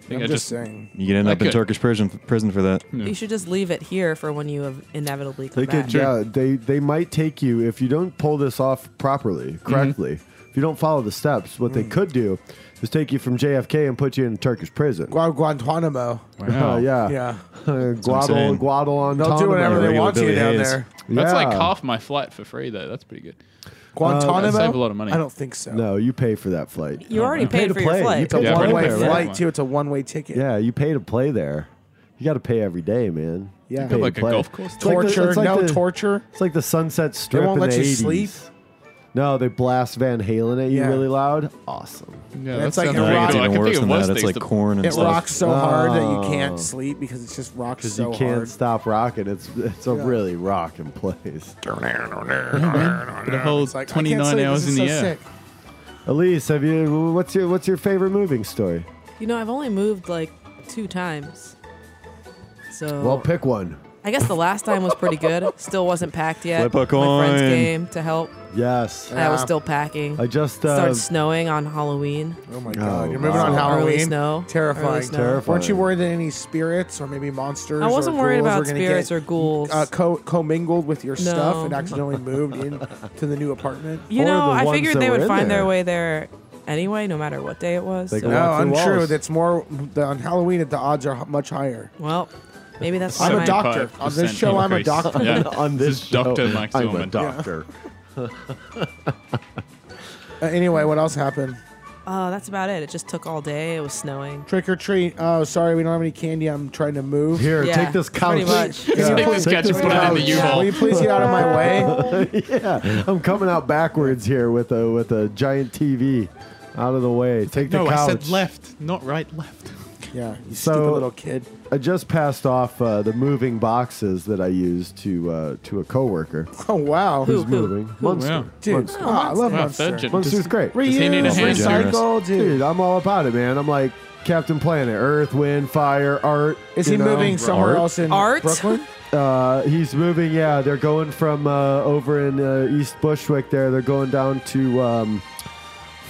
Speaker 6: I think
Speaker 4: I'm
Speaker 6: I
Speaker 4: just
Speaker 6: just,
Speaker 4: saying.
Speaker 5: You could end
Speaker 6: I
Speaker 5: up in
Speaker 6: could.
Speaker 5: Turkish prison prison for that.
Speaker 7: You should just leave it here for when you have inevitably come
Speaker 3: they
Speaker 7: back.
Speaker 3: could, yeah, they they might take you if you don't pull this off properly,
Speaker 6: Mm-hmm.
Speaker 3: correctly. If you don't follow the steps, what they
Speaker 6: Mm.
Speaker 3: could do is take you from JFK and put you in a Turkish prison.
Speaker 4: Gua- Guantanamo.
Speaker 6: Wow.
Speaker 3: Uh, yeah, [laughs]
Speaker 4: Yeah.
Speaker 3: Guadal,
Speaker 5: saying.
Speaker 3: Guadal on.
Speaker 4: They'll do whatever they
Speaker 5: Regular
Speaker 4: want to
Speaker 5: Billy
Speaker 4: down
Speaker 5: Hayes.
Speaker 4: there.
Speaker 6: That's like
Speaker 3: Yeah.
Speaker 6: half my flight for free, though. That's pretty good.
Speaker 4: Guantanamo.
Speaker 6: That'd Uh, save a lot of money.
Speaker 4: I don't think so.
Speaker 3: No, you pay for that flight.
Speaker 7: You already paid
Speaker 3: to
Speaker 7: for
Speaker 3: play.
Speaker 7: your
Speaker 3: You
Speaker 7: flight.
Speaker 3: paid
Speaker 6: Yeah,
Speaker 3: to
Speaker 4: One
Speaker 3: play
Speaker 4: way
Speaker 6: pretty much.
Speaker 3: there, right?
Speaker 4: flight too. It's a one way ticket.
Speaker 3: Yeah, you pay to play there. You got to pay every day, man.
Speaker 4: Yeah.
Speaker 3: You pay to
Speaker 6: Like a
Speaker 3: play.
Speaker 6: golf course?
Speaker 3: It's like the-
Speaker 4: Torture.
Speaker 3: it's like
Speaker 4: no
Speaker 3: the-
Speaker 4: torture.
Speaker 3: It's like the Sunset Strip.
Speaker 4: won't
Speaker 3: in
Speaker 4: let
Speaker 3: the
Speaker 4: you
Speaker 3: 80s.
Speaker 4: sleep?
Speaker 3: No, they blast Van Halen at you
Speaker 4: Yeah.
Speaker 3: really loud. Awesome.
Speaker 6: Yeah,
Speaker 4: That's
Speaker 6: that
Speaker 4: like
Speaker 6: sounds
Speaker 4: a
Speaker 6: really
Speaker 4: rock.
Speaker 5: It's
Speaker 6: good. I
Speaker 5: even
Speaker 6: can think
Speaker 5: worse
Speaker 6: of
Speaker 5: than
Speaker 6: worse
Speaker 5: that. It's
Speaker 6: things
Speaker 5: like
Speaker 6: to-
Speaker 5: corn and
Speaker 4: It
Speaker 5: stuff.
Speaker 4: rocks so hard that you
Speaker 3: Oh.
Speaker 4: can't sleep because it just rocks
Speaker 3: Because
Speaker 4: so
Speaker 3: you can't
Speaker 4: hard.
Speaker 3: stop rocking. It's it's a
Speaker 4: Yeah.
Speaker 3: really rocking place.
Speaker 6: the whole
Speaker 4: It's like, I can't
Speaker 6: 29
Speaker 4: sleep,
Speaker 6: hours
Speaker 4: this
Speaker 6: in
Speaker 4: is
Speaker 6: the
Speaker 4: so
Speaker 6: air.
Speaker 4: sick.
Speaker 3: Elise, have you? What's your what's your favorite moving story?
Speaker 7: You know, I've only moved like two times. So
Speaker 3: Well, pick one.
Speaker 7: I guess the last time was pretty good. Still wasn't packed yet.
Speaker 5: Flip a
Speaker 7: My friends
Speaker 5: coin.
Speaker 7: came to help.
Speaker 3: Yes,
Speaker 7: I was
Speaker 4: Yeah.
Speaker 7: still packing.
Speaker 3: I just uh,
Speaker 7: Started snowing on Halloween.
Speaker 4: Oh my god!
Speaker 3: Oh,
Speaker 4: You're moving on
Speaker 7: wow.
Speaker 4: Halloween.
Speaker 7: Early snow.
Speaker 4: Terrifying.
Speaker 7: Early snow.
Speaker 3: Terrifying.
Speaker 4: Weren't you worried that any spirits or maybe monsters?
Speaker 7: I wasn't
Speaker 4: or
Speaker 7: worried
Speaker 4: ghouls were
Speaker 7: about
Speaker 4: gonna
Speaker 7: spirits
Speaker 4: get,
Speaker 7: or ghouls.
Speaker 4: uh, co commingled with your
Speaker 7: No.
Speaker 4: stuff and accidentally moved in to the
Speaker 3: [laughs]
Speaker 4: new apartment.
Speaker 7: you
Speaker 3: or
Speaker 7: know,
Speaker 3: the ones
Speaker 7: I
Speaker 3: that
Speaker 7: figured they
Speaker 3: were
Speaker 7: would
Speaker 3: in
Speaker 7: find
Speaker 3: there.
Speaker 7: their way there anyway, no matter what day it was.
Speaker 3: They
Speaker 7: so-
Speaker 3: go out.
Speaker 4: No,
Speaker 3: through
Speaker 4: untrue.
Speaker 3: walls.
Speaker 4: That's more the, on Halloween. That the odds are h- much higher.
Speaker 7: well, maybe that's
Speaker 4: I'm a
Speaker 7: why-
Speaker 4: doc- doctor. On this show, I'm
Speaker 3: [laughs]
Speaker 4: a doctor.
Speaker 6: Yeah. [laughs]
Speaker 3: on
Speaker 6: This
Speaker 3: this
Speaker 6: is Dr.
Speaker 3: show,
Speaker 6: Mike
Speaker 3: I'm a
Speaker 6: Zillman.
Speaker 3: doctor.
Speaker 4: Uh, anyway, what else happened?
Speaker 7: Oh, that's about it. It just took all day. It was snowing.
Speaker 4: Trick or treat. Oh, sorry, we don't have any candy. I'm trying to move.
Speaker 3: Here,
Speaker 7: Yeah,
Speaker 3: take this couch.
Speaker 7: pretty much.
Speaker 4: Can you
Speaker 6: Take
Speaker 4: please-
Speaker 6: this couch and
Speaker 3: this
Speaker 6: put it in the
Speaker 4: couch.
Speaker 6: U-Haul.
Speaker 4: Will you please get out of
Speaker 7: [laughs]
Speaker 3: [laughs]
Speaker 4: my way?
Speaker 3: Yeah, I'm coming out backwards here with a with a giant TV out of the way. Take the
Speaker 6: No, I
Speaker 3: couch.
Speaker 6: said left, not right, left.
Speaker 4: Yeah, you
Speaker 3: So-
Speaker 4: stupid little kid. [laughs]
Speaker 3: I just passed off uh, the moving boxes that I used to uh, to a coworker.
Speaker 4: Oh wow,
Speaker 7: Who?
Speaker 3: Who's moving? Munster.
Speaker 6: Wow.
Speaker 4: dude,
Speaker 3: Munster.
Speaker 4: oh, I love
Speaker 6: Wow,
Speaker 4: Monster.
Speaker 6: third gen-
Speaker 3: Munster's
Speaker 6: does-
Speaker 3: great.
Speaker 4: Reuse,
Speaker 6: he need a hand?
Speaker 4: recycle, dude.
Speaker 3: Dude, I'm all about it, man. I'm like Captain Planet, Earth, Wind, Fire, Art.
Speaker 4: Is
Speaker 3: you
Speaker 4: he
Speaker 3: know?
Speaker 4: moving somewhere
Speaker 5: Art?
Speaker 4: else in
Speaker 7: Art?
Speaker 4: Mm, Brooklyn?
Speaker 3: Uh, he's moving. Yeah, they're going from uh, over in uh, East Bushwick. There, they're going down to um,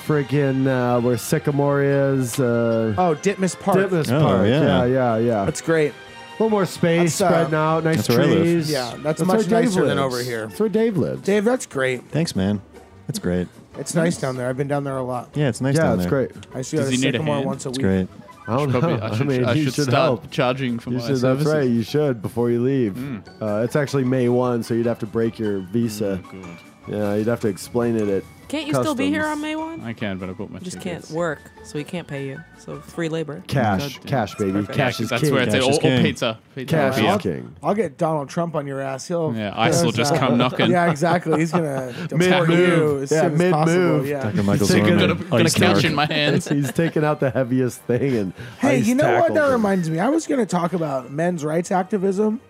Speaker 3: friggin' uh, where Sycamore is. Uh,
Speaker 4: Oh, Ditmas Park.
Speaker 3: Ditmas
Speaker 5: Oh,
Speaker 3: Park.
Speaker 5: yeah.
Speaker 3: Yeah, yeah, yeah.
Speaker 4: That's great.
Speaker 3: a little more space
Speaker 4: That's, uh,
Speaker 3: spreading out. Nice
Speaker 5: that's where I live.
Speaker 3: trees.
Speaker 4: Yeah, that's
Speaker 3: where
Speaker 4: much
Speaker 3: Dave
Speaker 4: nicer than
Speaker 3: lives.
Speaker 4: over here.
Speaker 3: That's where Dave lives.
Speaker 4: Dave, that's great.
Speaker 5: Thanks, man. That's great.
Speaker 4: It's nice down there. I've been down there a lot.
Speaker 5: Yeah, it's nice
Speaker 3: yeah,
Speaker 5: down
Speaker 3: it's
Speaker 5: there.
Speaker 3: great.
Speaker 4: I see
Speaker 6: Does
Speaker 4: a
Speaker 6: he need a
Speaker 4: sycamore
Speaker 6: hand?
Speaker 4: once a
Speaker 5: It's
Speaker 4: week.
Speaker 5: great.
Speaker 3: I don't
Speaker 6: Probably,
Speaker 3: know.
Speaker 6: I
Speaker 3: I,
Speaker 6: should,
Speaker 3: mean,
Speaker 6: I
Speaker 3: you
Speaker 6: should,
Speaker 3: should
Speaker 6: start
Speaker 3: help.
Speaker 6: charging for
Speaker 3: You
Speaker 6: my
Speaker 3: should, that's
Speaker 6: services. Hmm.
Speaker 3: right. You should before you leave. Uh, it's actually May one, so you'd have to break your visa.
Speaker 6: Oh,
Speaker 3: yeah, you'd have to explain it at.
Speaker 7: [laughs] Can't you still be here on
Speaker 3: Customs.
Speaker 7: May 1?
Speaker 6: I can, but I've got my
Speaker 7: Just
Speaker 6: tickets.
Speaker 7: can't work, so we can't pay you. So free labor.
Speaker 3: Cash,
Speaker 6: God damn.
Speaker 3: cash, baby.
Speaker 7: Perfect.
Speaker 3: Cash is
Speaker 6: that's
Speaker 3: king.
Speaker 6: where it's
Speaker 5: Cash
Speaker 6: at. Oh,
Speaker 5: is
Speaker 6: Or, or
Speaker 5: king.
Speaker 6: pizza. pizza.
Speaker 3: Cash
Speaker 6: would be
Speaker 3: is
Speaker 6: up.
Speaker 3: king.
Speaker 4: I'll get Donald Trump on your ass. He'll
Speaker 6: Yeah, ICE will just come knocking.
Speaker 4: Yeah, exactly. He's
Speaker 6: [laughs]
Speaker 4: gonna deport you
Speaker 6: Mid-move.
Speaker 4: as
Speaker 3: Yeah,
Speaker 4: soon as possible.
Speaker 3: mid-move.
Speaker 4: Yeah.
Speaker 5: Dr. Michael
Speaker 3: He's taking
Speaker 5: Zorman.
Speaker 3: a-
Speaker 6: Got a,
Speaker 5: Oh,
Speaker 6: got a
Speaker 5: he's
Speaker 6: couch
Speaker 5: dark.
Speaker 6: in my
Speaker 3: [laughs]
Speaker 6: hands.
Speaker 3: He's taking out the heaviest thing and
Speaker 4: Hey,
Speaker 3: ice
Speaker 4: you know what?
Speaker 3: tackled
Speaker 4: That
Speaker 3: him.
Speaker 4: reminds me. I was gonna talk about men's rights activism.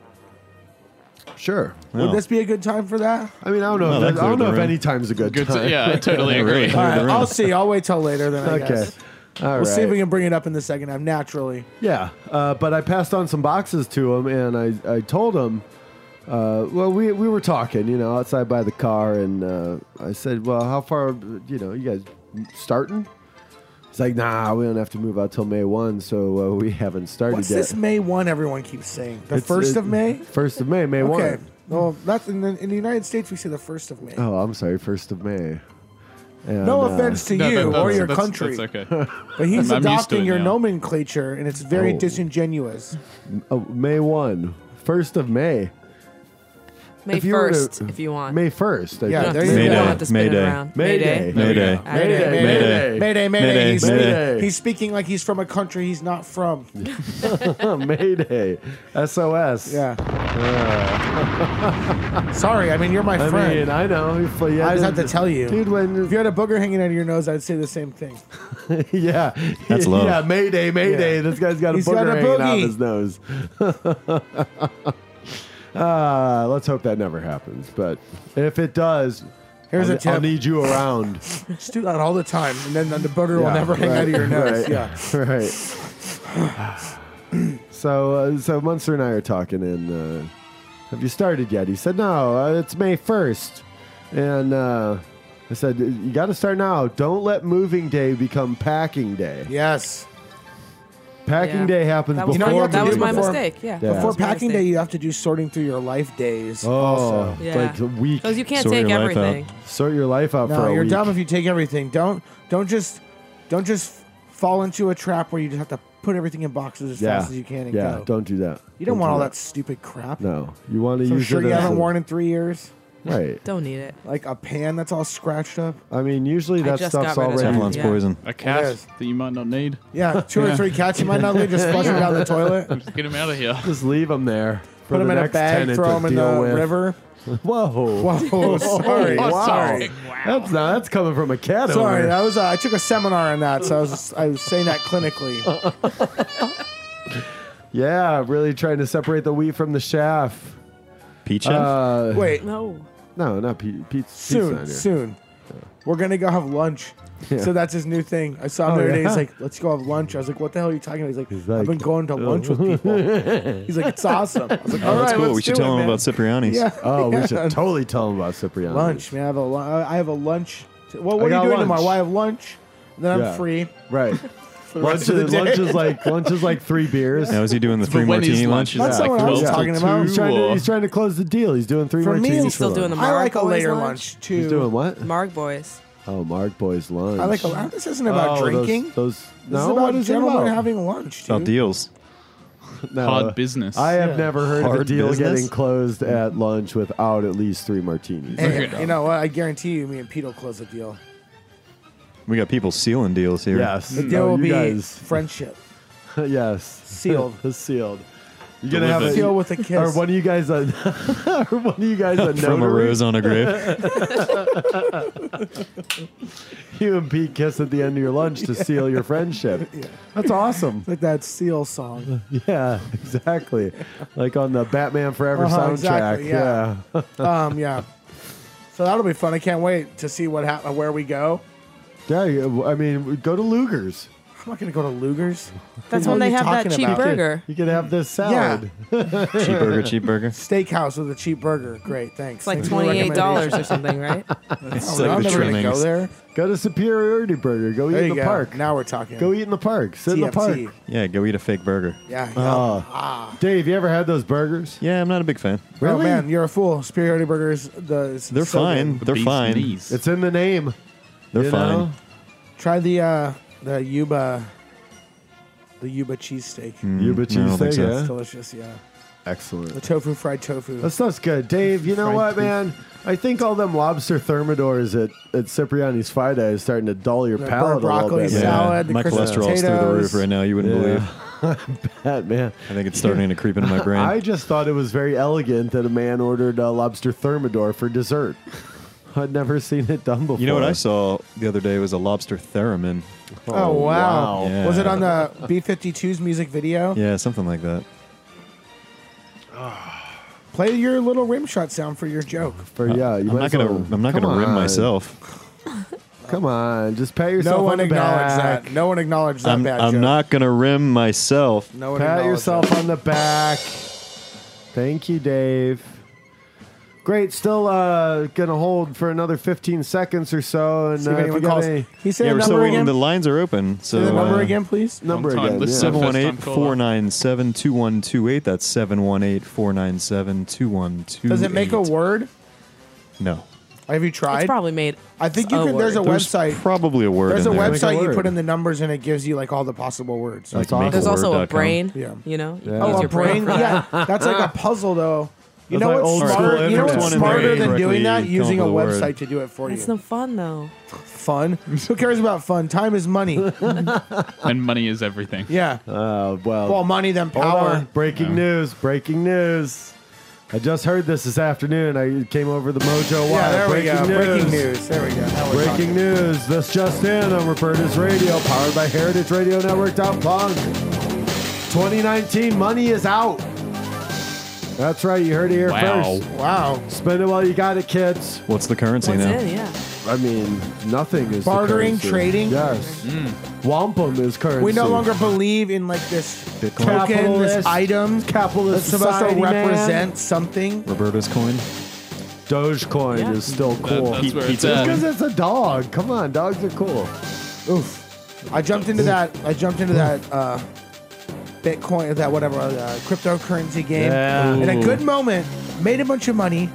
Speaker 3: Sure.
Speaker 5: No.
Speaker 4: Would this be a good time for that?
Speaker 3: I mean, I don't know.
Speaker 5: No,
Speaker 3: if
Speaker 5: that
Speaker 3: that- I don't
Speaker 5: cleared the
Speaker 3: know if
Speaker 5: room.
Speaker 3: any time's a good,
Speaker 6: Good
Speaker 3: time.
Speaker 6: to, yeah, I totally agree.
Speaker 5: Cleared the
Speaker 4: All right,
Speaker 5: room.
Speaker 4: I'll see. I'll wait till later then. I
Speaker 3: okay.
Speaker 4: guess.
Speaker 3: All
Speaker 4: We'll see if we can bring it up in the second half naturally.
Speaker 3: Yeah, uh, but I passed on some boxes to him, and I, I told him, uh, well, we, we were talking, you know, outside by the car, and uh, I said, well, how far, you know, you guys starting? He's like, nah, we don't have to move out till May 1, so uh, we haven't started
Speaker 4: What's
Speaker 3: yet.
Speaker 4: this May one? Everyone keeps saying the
Speaker 3: It's- it-
Speaker 4: first of May.
Speaker 3: First of May, May
Speaker 4: Okay.
Speaker 3: 1.
Speaker 4: Well, that's in the, in the United States we say the first of May.
Speaker 3: Oh, I'm sorry, first of May. And,
Speaker 4: no
Speaker 3: uh,
Speaker 4: offense to
Speaker 6: No,
Speaker 4: you
Speaker 6: that-
Speaker 4: or
Speaker 6: that's-
Speaker 4: your
Speaker 6: that's-
Speaker 4: country,
Speaker 6: That's okay.
Speaker 4: but he's
Speaker 6: I'm- I'm used to
Speaker 4: adopting
Speaker 6: it
Speaker 4: your
Speaker 6: now.
Speaker 4: nomenclature, and it's very
Speaker 3: Oh.
Speaker 4: disingenuous.
Speaker 3: oh, May 1, first of May.
Speaker 7: May
Speaker 3: you were to-
Speaker 7: 1st, if you want.
Speaker 3: May 1st. I
Speaker 4: Yeah,
Speaker 3: think.
Speaker 4: there
Speaker 7: you
Speaker 4: you
Speaker 7: don't
Speaker 5: go.
Speaker 7: have to spin it
Speaker 5: Mayday.
Speaker 7: around.
Speaker 3: Mayday.
Speaker 5: Mayday.
Speaker 6: There
Speaker 4: Mayday,
Speaker 7: Mayday. Mayday.
Speaker 4: Mayday,
Speaker 5: Mayday.
Speaker 4: Mayday.
Speaker 5: Mayday,
Speaker 4: He's,
Speaker 3: Mayday.
Speaker 4: he's speaking like he's from a country he's not from.
Speaker 3: Mayday. SOS.
Speaker 4: Yeah.
Speaker 3: [laughs]
Speaker 4: Sorry, I mean you're my
Speaker 3: I
Speaker 4: friend.
Speaker 3: mean, I know. If, like, yeah,
Speaker 4: I just
Speaker 3: dude,
Speaker 4: had to tell you.
Speaker 3: dude.
Speaker 4: if
Speaker 3: When
Speaker 4: you had a booger hanging out of your nose, I'd say the same thing.
Speaker 3: [laughs] yeah,
Speaker 5: That's love.
Speaker 3: Yeah, Mayday, Mayday.
Speaker 4: Yeah.
Speaker 3: This guy's got a
Speaker 4: He's
Speaker 3: booger
Speaker 4: got a
Speaker 3: hanging out
Speaker 4: boogie.
Speaker 3: his nose. [laughs] uh, let's hope that never happens. But if it does,
Speaker 4: Here's
Speaker 3: I'll,
Speaker 4: a tip.
Speaker 3: I'll need you around.
Speaker 4: Just do that all the time, and then the booger will
Speaker 3: Yeah,
Speaker 4: never hang out of your
Speaker 3: right,
Speaker 4: nose.
Speaker 3: right.
Speaker 4: Yeah.
Speaker 3: right. [laughs] [sighs] so, uh, so Munster and I are talking, and uh, have you started yet? He said, No, uh, it's May 1st. And uh, I said, You got to start now. Don't let moving day become packing day.
Speaker 4: Yes.
Speaker 3: Packing
Speaker 7: Yeah.
Speaker 3: day happens
Speaker 7: That
Speaker 3: before
Speaker 7: was,
Speaker 4: You know, you have to
Speaker 7: that
Speaker 4: do
Speaker 7: was my
Speaker 4: before-
Speaker 7: mistake. Yeah.
Speaker 3: Yeah.
Speaker 7: that
Speaker 4: Before
Speaker 7: was my
Speaker 4: packing day,
Speaker 7: mistake.
Speaker 4: you have to do sorting through your life days.
Speaker 3: Oh,
Speaker 4: also.
Speaker 3: it's like a week.
Speaker 7: Because you can't
Speaker 5: Sort
Speaker 7: take
Speaker 5: your life out.
Speaker 7: everything.
Speaker 3: Sort your life out for
Speaker 4: No,
Speaker 3: a
Speaker 4: you're
Speaker 3: week.
Speaker 4: dumb if you take everything. Don't don't just don't just fall into a trap where you just have to put everything in boxes as
Speaker 3: yeah.
Speaker 4: fast as you can and
Speaker 3: yeah,
Speaker 4: go.
Speaker 3: don't do that.
Speaker 4: you don't, want
Speaker 3: do
Speaker 4: all that. stupid crap.
Speaker 3: No, you want to
Speaker 4: So I'm
Speaker 3: use
Speaker 4: sure
Speaker 3: it
Speaker 4: you
Speaker 3: as
Speaker 4: haven't
Speaker 3: a-
Speaker 4: worn in three years.
Speaker 3: Right.
Speaker 7: Don't need it.
Speaker 4: Like a pan that's all scratched up.
Speaker 3: I mean, usually that
Speaker 7: just
Speaker 3: stuff's
Speaker 7: got rid of
Speaker 3: already
Speaker 7: that.
Speaker 5: Teflon's
Speaker 7: Yeah.
Speaker 5: poison.
Speaker 6: A
Speaker 4: It
Speaker 6: cat
Speaker 4: is.
Speaker 6: that you might not need.
Speaker 3: [laughs]
Speaker 4: Yeah, two or three cats. You might not leave. Just flush them down the toilet.
Speaker 6: Just get him out of here.
Speaker 3: Just leave them there. for
Speaker 4: Put them
Speaker 3: the
Speaker 4: in a
Speaker 3: next
Speaker 4: bag.
Speaker 3: tenant
Speaker 4: Throw
Speaker 3: to
Speaker 4: them in
Speaker 3: deal
Speaker 4: the
Speaker 3: with.
Speaker 4: river.
Speaker 3: [laughs] Whoa.
Speaker 4: Whoa, sorry. [laughs]
Speaker 3: Oh,
Speaker 4: wow.
Speaker 3: sorry.
Speaker 4: Sorry,
Speaker 3: That's not, that's coming from a cat owner.
Speaker 4: that was uh, I took a seminar on that, so I was I was saying
Speaker 3: [laughs]
Speaker 4: that clinically.
Speaker 3: yeah, really trying to separate the wheat from the chaff.
Speaker 5: Peach
Speaker 3: Uh,
Speaker 4: Wait,
Speaker 7: No.
Speaker 3: no, not Pete. Pete's
Speaker 4: soon, soon. We're gonna go have lunch.
Speaker 3: Yeah.
Speaker 4: So that's his new thing. I saw him
Speaker 3: Oh,
Speaker 4: the other day.
Speaker 3: yeah?
Speaker 4: He's like, "Let's go have lunch." I was like, "What the hell are you talking about?" He's like,
Speaker 3: He's like, "Oh."
Speaker 4: "I've been going to lunch with people." He's like, "It's awesome." I
Speaker 3: [laughs]
Speaker 4: was like,
Speaker 5: Oh,
Speaker 4: "All
Speaker 5: that's
Speaker 4: right,
Speaker 5: cool.
Speaker 4: let's
Speaker 5: We should
Speaker 4: do
Speaker 5: tell
Speaker 4: it,
Speaker 5: him
Speaker 4: man."
Speaker 5: about Cipriani's.
Speaker 4: Yeah.
Speaker 3: Oh, we
Speaker 4: [laughs] Yeah.
Speaker 3: should totally tell him about Cipriani.
Speaker 4: lunch, man. I have a lu- I have a lunch. To, well,
Speaker 3: I
Speaker 4: what are
Speaker 3: got
Speaker 4: you doing
Speaker 3: lunch.
Speaker 4: tomorrow? Well, I have lunch. And then
Speaker 3: Yeah.
Speaker 4: I'm free. [laughs]
Speaker 3: Right.
Speaker 4: the
Speaker 3: lunch,
Speaker 4: rest of the
Speaker 3: is, lunch
Speaker 4: day.
Speaker 3: is like lunch is like three beers.
Speaker 5: Now, is he doing the three
Speaker 6: when is
Speaker 5: martini
Speaker 6: lunch?
Speaker 5: lunches?
Speaker 6: Is
Speaker 4: That's
Speaker 6: it
Speaker 4: not
Speaker 6: like
Speaker 4: what I was
Speaker 6: 12
Speaker 4: talking
Speaker 6: till
Speaker 4: about.
Speaker 3: He's trying, to,
Speaker 6: or-
Speaker 3: he's trying to close the deal. He's doing three
Speaker 4: For me,
Speaker 3: martinis.
Speaker 4: he's
Speaker 7: still
Speaker 3: for
Speaker 7: doing
Speaker 3: lunch.
Speaker 7: them.
Speaker 4: I like a
Speaker 7: Mark
Speaker 4: later
Speaker 7: boys
Speaker 4: lunch, too.
Speaker 3: He's doing what?
Speaker 7: Marg boys.
Speaker 3: Oh, Mark Boy's lunch.
Speaker 4: I like a. This isn't about
Speaker 3: Oh, those-
Speaker 4: drinking.
Speaker 3: Those,
Speaker 4: This
Speaker 3: no,
Speaker 4: is about
Speaker 3: what is it
Speaker 4: gentlemen
Speaker 3: about?
Speaker 4: having lunch,
Speaker 5: About
Speaker 4: dude.
Speaker 5: deals.
Speaker 3: No,
Speaker 6: Hard business.
Speaker 3: I have never heard of a
Speaker 5: Hard
Speaker 3: deal
Speaker 5: business?
Speaker 3: getting closed at lunch without at least three martinis.
Speaker 4: Hey, you know what? I guarantee you, me and Pete will close the deal.
Speaker 5: We got people sealing deals here.
Speaker 3: Yes.
Speaker 4: The deal
Speaker 3: Oh,
Speaker 4: will
Speaker 3: you
Speaker 4: be
Speaker 3: guys.
Speaker 4: friendship.
Speaker 3: [laughs] yes.
Speaker 4: Sealed.
Speaker 3: Sealed. You're gonna have a
Speaker 6: Delivered.
Speaker 4: Kill with a kiss.
Speaker 3: Or one of you guys, a, [laughs] or one of you guys, a
Speaker 5: From a
Speaker 3: notary?
Speaker 5: rose on a grave.
Speaker 3: [laughs] You and Pete kiss at the end of your lunch
Speaker 4: [laughs]
Speaker 3: to seal your friendship. That's awesome.
Speaker 4: like that seal song.
Speaker 3: [laughs] Yeah, exactly. Like on the Batman Forever
Speaker 4: Uh-huh,
Speaker 3: soundtrack.
Speaker 4: exactly,
Speaker 3: yeah.
Speaker 4: yeah. um, yeah. So that'll be fun. I can't wait to see what hap- where we go.
Speaker 3: yeah. you- I mean, go to Luger's.
Speaker 4: I'm not gonna go to Luger's.
Speaker 7: That's
Speaker 4: What
Speaker 7: when
Speaker 4: are
Speaker 7: they
Speaker 4: you
Speaker 7: have that
Speaker 4: talking
Speaker 7: cheap
Speaker 4: about?
Speaker 7: burger.
Speaker 3: You could have this
Speaker 4: Yeah.
Speaker 3: salad.
Speaker 5: cheap burger, cheap burger.
Speaker 4: Steakhouse with a cheap burger. Great, thanks.
Speaker 7: It's like
Speaker 4: Thanks for the
Speaker 7: twenty eight dollars or
Speaker 4: recommendation.
Speaker 7: something,
Speaker 4: [laughs]
Speaker 7: right?
Speaker 5: It's
Speaker 4: Oh, now
Speaker 5: like
Speaker 4: I'm
Speaker 5: the
Speaker 4: never gonna go
Speaker 5: trimmings.
Speaker 4: there.
Speaker 3: Go to Superiority Burger. Go
Speaker 4: There
Speaker 3: eat
Speaker 4: you
Speaker 3: in the
Speaker 4: go.
Speaker 3: park.
Speaker 4: Now we're talking.
Speaker 3: Go eat in the park. Sit in the park.
Speaker 4: TFT.
Speaker 5: Yeah, go eat a fake burger.
Speaker 4: Yeah. yeah.
Speaker 3: Oh. Dave, you ever had those burgers?
Speaker 5: Yeah, I'm not a big fan.
Speaker 4: Oh
Speaker 3: Really?
Speaker 4: man, you're a fool. Superiority Burgers. The it's
Speaker 5: They're
Speaker 4: so
Speaker 5: fine.
Speaker 4: good.
Speaker 5: They're
Speaker 6: Beast
Speaker 5: fine.
Speaker 6: knees.
Speaker 3: It's in the name.
Speaker 5: They're
Speaker 3: you
Speaker 5: fine.
Speaker 3: know?
Speaker 4: Try the uh, the Yuba, the Yuba cheesesteak.
Speaker 3: Yuba
Speaker 5: no, Mm-hmm. I don't think
Speaker 3: cheesesteak,
Speaker 5: so.
Speaker 3: Mm, yeah.
Speaker 4: It's delicious. Yeah. The
Speaker 3: Excellent.
Speaker 4: tofu fried tofu.
Speaker 3: That stuff's good. Dave, you know
Speaker 4: Fried
Speaker 3: what,
Speaker 4: tofu.
Speaker 3: man? I think all them lobster thermidors at, at Cipriani's Fida is starting to dull your
Speaker 4: The
Speaker 3: palate
Speaker 4: burnt
Speaker 3: a little
Speaker 4: broccoli
Speaker 3: bit.
Speaker 5: Yeah,
Speaker 3: man.
Speaker 4: salad, the
Speaker 5: my
Speaker 4: crispy
Speaker 5: cholesterol's through the
Speaker 4: potatoes.
Speaker 5: roof right now. You wouldn't
Speaker 3: Yeah.
Speaker 5: believe.
Speaker 3: That, man. [laughs]
Speaker 5: I think it's starting to creep into my brain.
Speaker 3: I just thought it was very elegant that a man ordered a lobster thermidor for dessert. [laughs] I'd never seen it done before.
Speaker 5: you know what I saw the other day was a lobster theremin.
Speaker 4: Oh wow!
Speaker 5: wow.
Speaker 4: Was it
Speaker 5: Yeah.
Speaker 4: on the B52's music video?
Speaker 5: Yeah, something like that.
Speaker 4: Play your little rim shot sound for your joke.
Speaker 3: For, yeah, you
Speaker 5: I'm
Speaker 3: might
Speaker 5: not
Speaker 3: as
Speaker 5: gonna.
Speaker 3: well-
Speaker 5: I'm not
Speaker 3: Come
Speaker 5: gonna rim
Speaker 3: on.
Speaker 5: myself.
Speaker 3: Come on, just pat yourself
Speaker 4: No one
Speaker 3: on the
Speaker 4: acknowledged
Speaker 3: back.
Speaker 4: that. No one acknowledged that
Speaker 5: I'm,
Speaker 4: bad
Speaker 5: I'm
Speaker 4: joke.
Speaker 5: not gonna rim myself.
Speaker 4: No one
Speaker 3: Pat
Speaker 4: acknowledged
Speaker 3: yourself
Speaker 4: that.
Speaker 3: on the back. Thank you, Dave. Great, still uh, gonna hold for another 15 seconds or so, and
Speaker 4: See
Speaker 3: uh,
Speaker 4: if
Speaker 3: if
Speaker 4: anyone
Speaker 3: you got
Speaker 4: calls.
Speaker 3: any-
Speaker 4: Can you say
Speaker 5: yeah,
Speaker 4: the
Speaker 5: we're still
Speaker 4: number
Speaker 5: waiting.
Speaker 4: again?
Speaker 5: The lines are open. So
Speaker 4: Say the number
Speaker 5: uh,
Speaker 4: again, please.
Speaker 3: number
Speaker 6: Long time
Speaker 3: again.
Speaker 6: listener.
Speaker 3: yeah.
Speaker 6: First time
Speaker 5: 718-497-2128. That's 718-497-2128.
Speaker 4: Does it make a word?
Speaker 5: No.
Speaker 4: Have you
Speaker 7: It's
Speaker 4: tried?
Speaker 7: probably made.
Speaker 4: I think you
Speaker 7: a
Speaker 4: could. There's a
Speaker 7: word.
Speaker 5: There's
Speaker 4: website.
Speaker 5: probably a word
Speaker 4: There's a
Speaker 5: in there.
Speaker 3: Make a
Speaker 4: website you
Speaker 3: word.
Speaker 4: put in the numbers and it gives you like all the possible words.
Speaker 3: That's
Speaker 5: Like, make
Speaker 3: awesome.
Speaker 7: There's also a
Speaker 5: Word.com.
Speaker 7: brain.
Speaker 4: Yeah.
Speaker 7: You know. You
Speaker 3: Yeah.
Speaker 7: can
Speaker 3: Oh,
Speaker 7: use
Speaker 4: Oh, a
Speaker 7: your brain.
Speaker 4: brain.
Speaker 7: for that.
Speaker 4: yeah, that's like a puzzle though. You
Speaker 3: That's
Speaker 4: know
Speaker 3: like
Speaker 4: what's
Speaker 3: old
Speaker 4: smarter?
Speaker 5: school
Speaker 4: You know what's
Speaker 5: internet.
Speaker 4: smarter than
Speaker 5: Correctly
Speaker 4: doing that?
Speaker 5: come
Speaker 4: Using a
Speaker 5: up with a
Speaker 4: website
Speaker 5: word.
Speaker 4: to do it for you.
Speaker 7: That's no fun though.
Speaker 4: fun. Who cares about fun? Time
Speaker 3: [laughs]
Speaker 4: is money.
Speaker 6: and money is everything.
Speaker 4: Yeah.
Speaker 3: Uh, well,
Speaker 4: Well, money then
Speaker 3: Hold
Speaker 4: power.
Speaker 3: on. Breaking news. Breaking news. I just heard this this afternoon. I came over the Mojo Wire.
Speaker 4: Yeah, there we
Speaker 3: breaking
Speaker 4: go.
Speaker 3: News.
Speaker 4: Breaking news. There we go. Now we're
Speaker 3: Breaking
Speaker 4: talking.
Speaker 3: news. This just in on Roberta's Radio, powered by HeritageRadioNetwork.punk. 2019 money is out. That's right. You heard it here
Speaker 6: Wow.
Speaker 3: first.
Speaker 4: Wow.
Speaker 3: Spend it while you got it, kids.
Speaker 5: What's the currency
Speaker 7: What's
Speaker 5: now?
Speaker 7: in? Yeah.
Speaker 3: I mean, nothing is the
Speaker 4: Bartering,
Speaker 3: currency.
Speaker 4: trading?
Speaker 3: Yes.
Speaker 6: Hmm.
Speaker 3: Wampum is currency.
Speaker 4: We no longer believe in like this
Speaker 5: Bitcoin.
Speaker 4: token, this
Speaker 3: Capitalist.
Speaker 4: item that's
Speaker 3: capitalist
Speaker 4: supposed to
Speaker 3: society, man.
Speaker 4: represent something.
Speaker 5: Roberto's coin.
Speaker 3: Dogecoin
Speaker 7: Yeah.
Speaker 3: is still
Speaker 6: That-
Speaker 3: cool.
Speaker 6: that's where it's uh,
Speaker 5: Pizza.
Speaker 6: at.
Speaker 3: Because it's a dog. Come on, dogs are cool.
Speaker 4: Oof. I jumped into that. I jumped into that uh, Bitcoin, that whatever uh, cryptocurrency game.
Speaker 3: Yeah.
Speaker 4: In a good moment, made a bunch of money,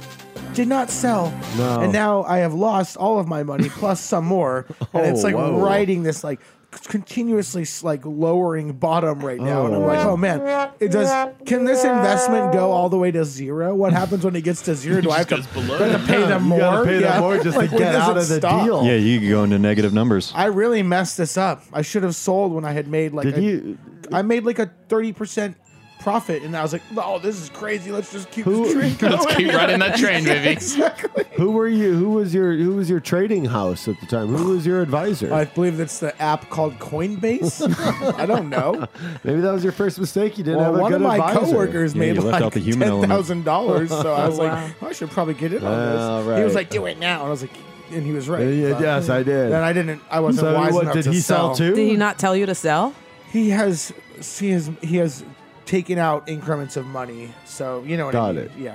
Speaker 4: did not sell,
Speaker 3: No.
Speaker 4: and now I have lost all of my money plus some
Speaker 3: [laughs]
Speaker 4: more, and it's
Speaker 3: Oh,
Speaker 4: like
Speaker 3: whoa.
Speaker 4: riding this like c- continuously s- like lowering bottom right now, and I'm
Speaker 3: Oh.
Speaker 4: like, oh man, it does. Can this investment go all the way to zero? What happens when it gets to zero? Do I have to,
Speaker 6: Just below.
Speaker 4: do I have to pay them
Speaker 3: You
Speaker 4: more?
Speaker 3: gotta pay them
Speaker 4: Yeah.
Speaker 3: more just to
Speaker 4: when
Speaker 3: get
Speaker 4: does
Speaker 3: out
Speaker 4: it
Speaker 3: of the
Speaker 4: stop?
Speaker 3: deal.
Speaker 5: Yeah, you could go into negative numbers.
Speaker 4: I really messed this up. I should have sold when I had made like
Speaker 3: Did
Speaker 4: a,
Speaker 3: you?
Speaker 4: I made like a thirty percent profit, and I was like, "Oh, this is crazy. Let's just keep
Speaker 3: Who- [laughs]
Speaker 4: this train going."
Speaker 6: [laughs] Let's keep riding that train, baby.
Speaker 4: exactly.
Speaker 3: Who were you? Who was your? Who was your trading house at the time? Who was your advisor?
Speaker 4: I believe that's the app called
Speaker 3: [laughs]
Speaker 4: Coinbase. I don't know.
Speaker 3: Maybe that was your first mistake. You didn't
Speaker 4: Well,
Speaker 3: have a
Speaker 4: one
Speaker 3: good
Speaker 4: of my
Speaker 3: advisor.
Speaker 4: coworkers
Speaker 5: Yeah,
Speaker 4: made
Speaker 5: you left
Speaker 4: like
Speaker 5: out the human
Speaker 4: ten
Speaker 5: element.
Speaker 4: thousand dollars,
Speaker 3: [laughs]
Speaker 4: so I was
Speaker 7: wow.
Speaker 4: like, "Oh, "I should probably get in on
Speaker 3: Well,
Speaker 4: this." He was
Speaker 3: right.
Speaker 4: like, "Do it now," and I was like, and he was right.
Speaker 3: Yeah, Uh, yeah,
Speaker 4: but
Speaker 3: yes, I did.
Speaker 4: Then I didn't. I wasn't
Speaker 3: so
Speaker 4: wise
Speaker 3: what
Speaker 4: enough
Speaker 3: did
Speaker 4: to
Speaker 3: he sell too?
Speaker 7: Did he not tell you to sell?
Speaker 4: He has. He has. He has taken out increments of money. So you know what I
Speaker 3: Got
Speaker 4: mean.
Speaker 3: it.
Speaker 4: Yeah.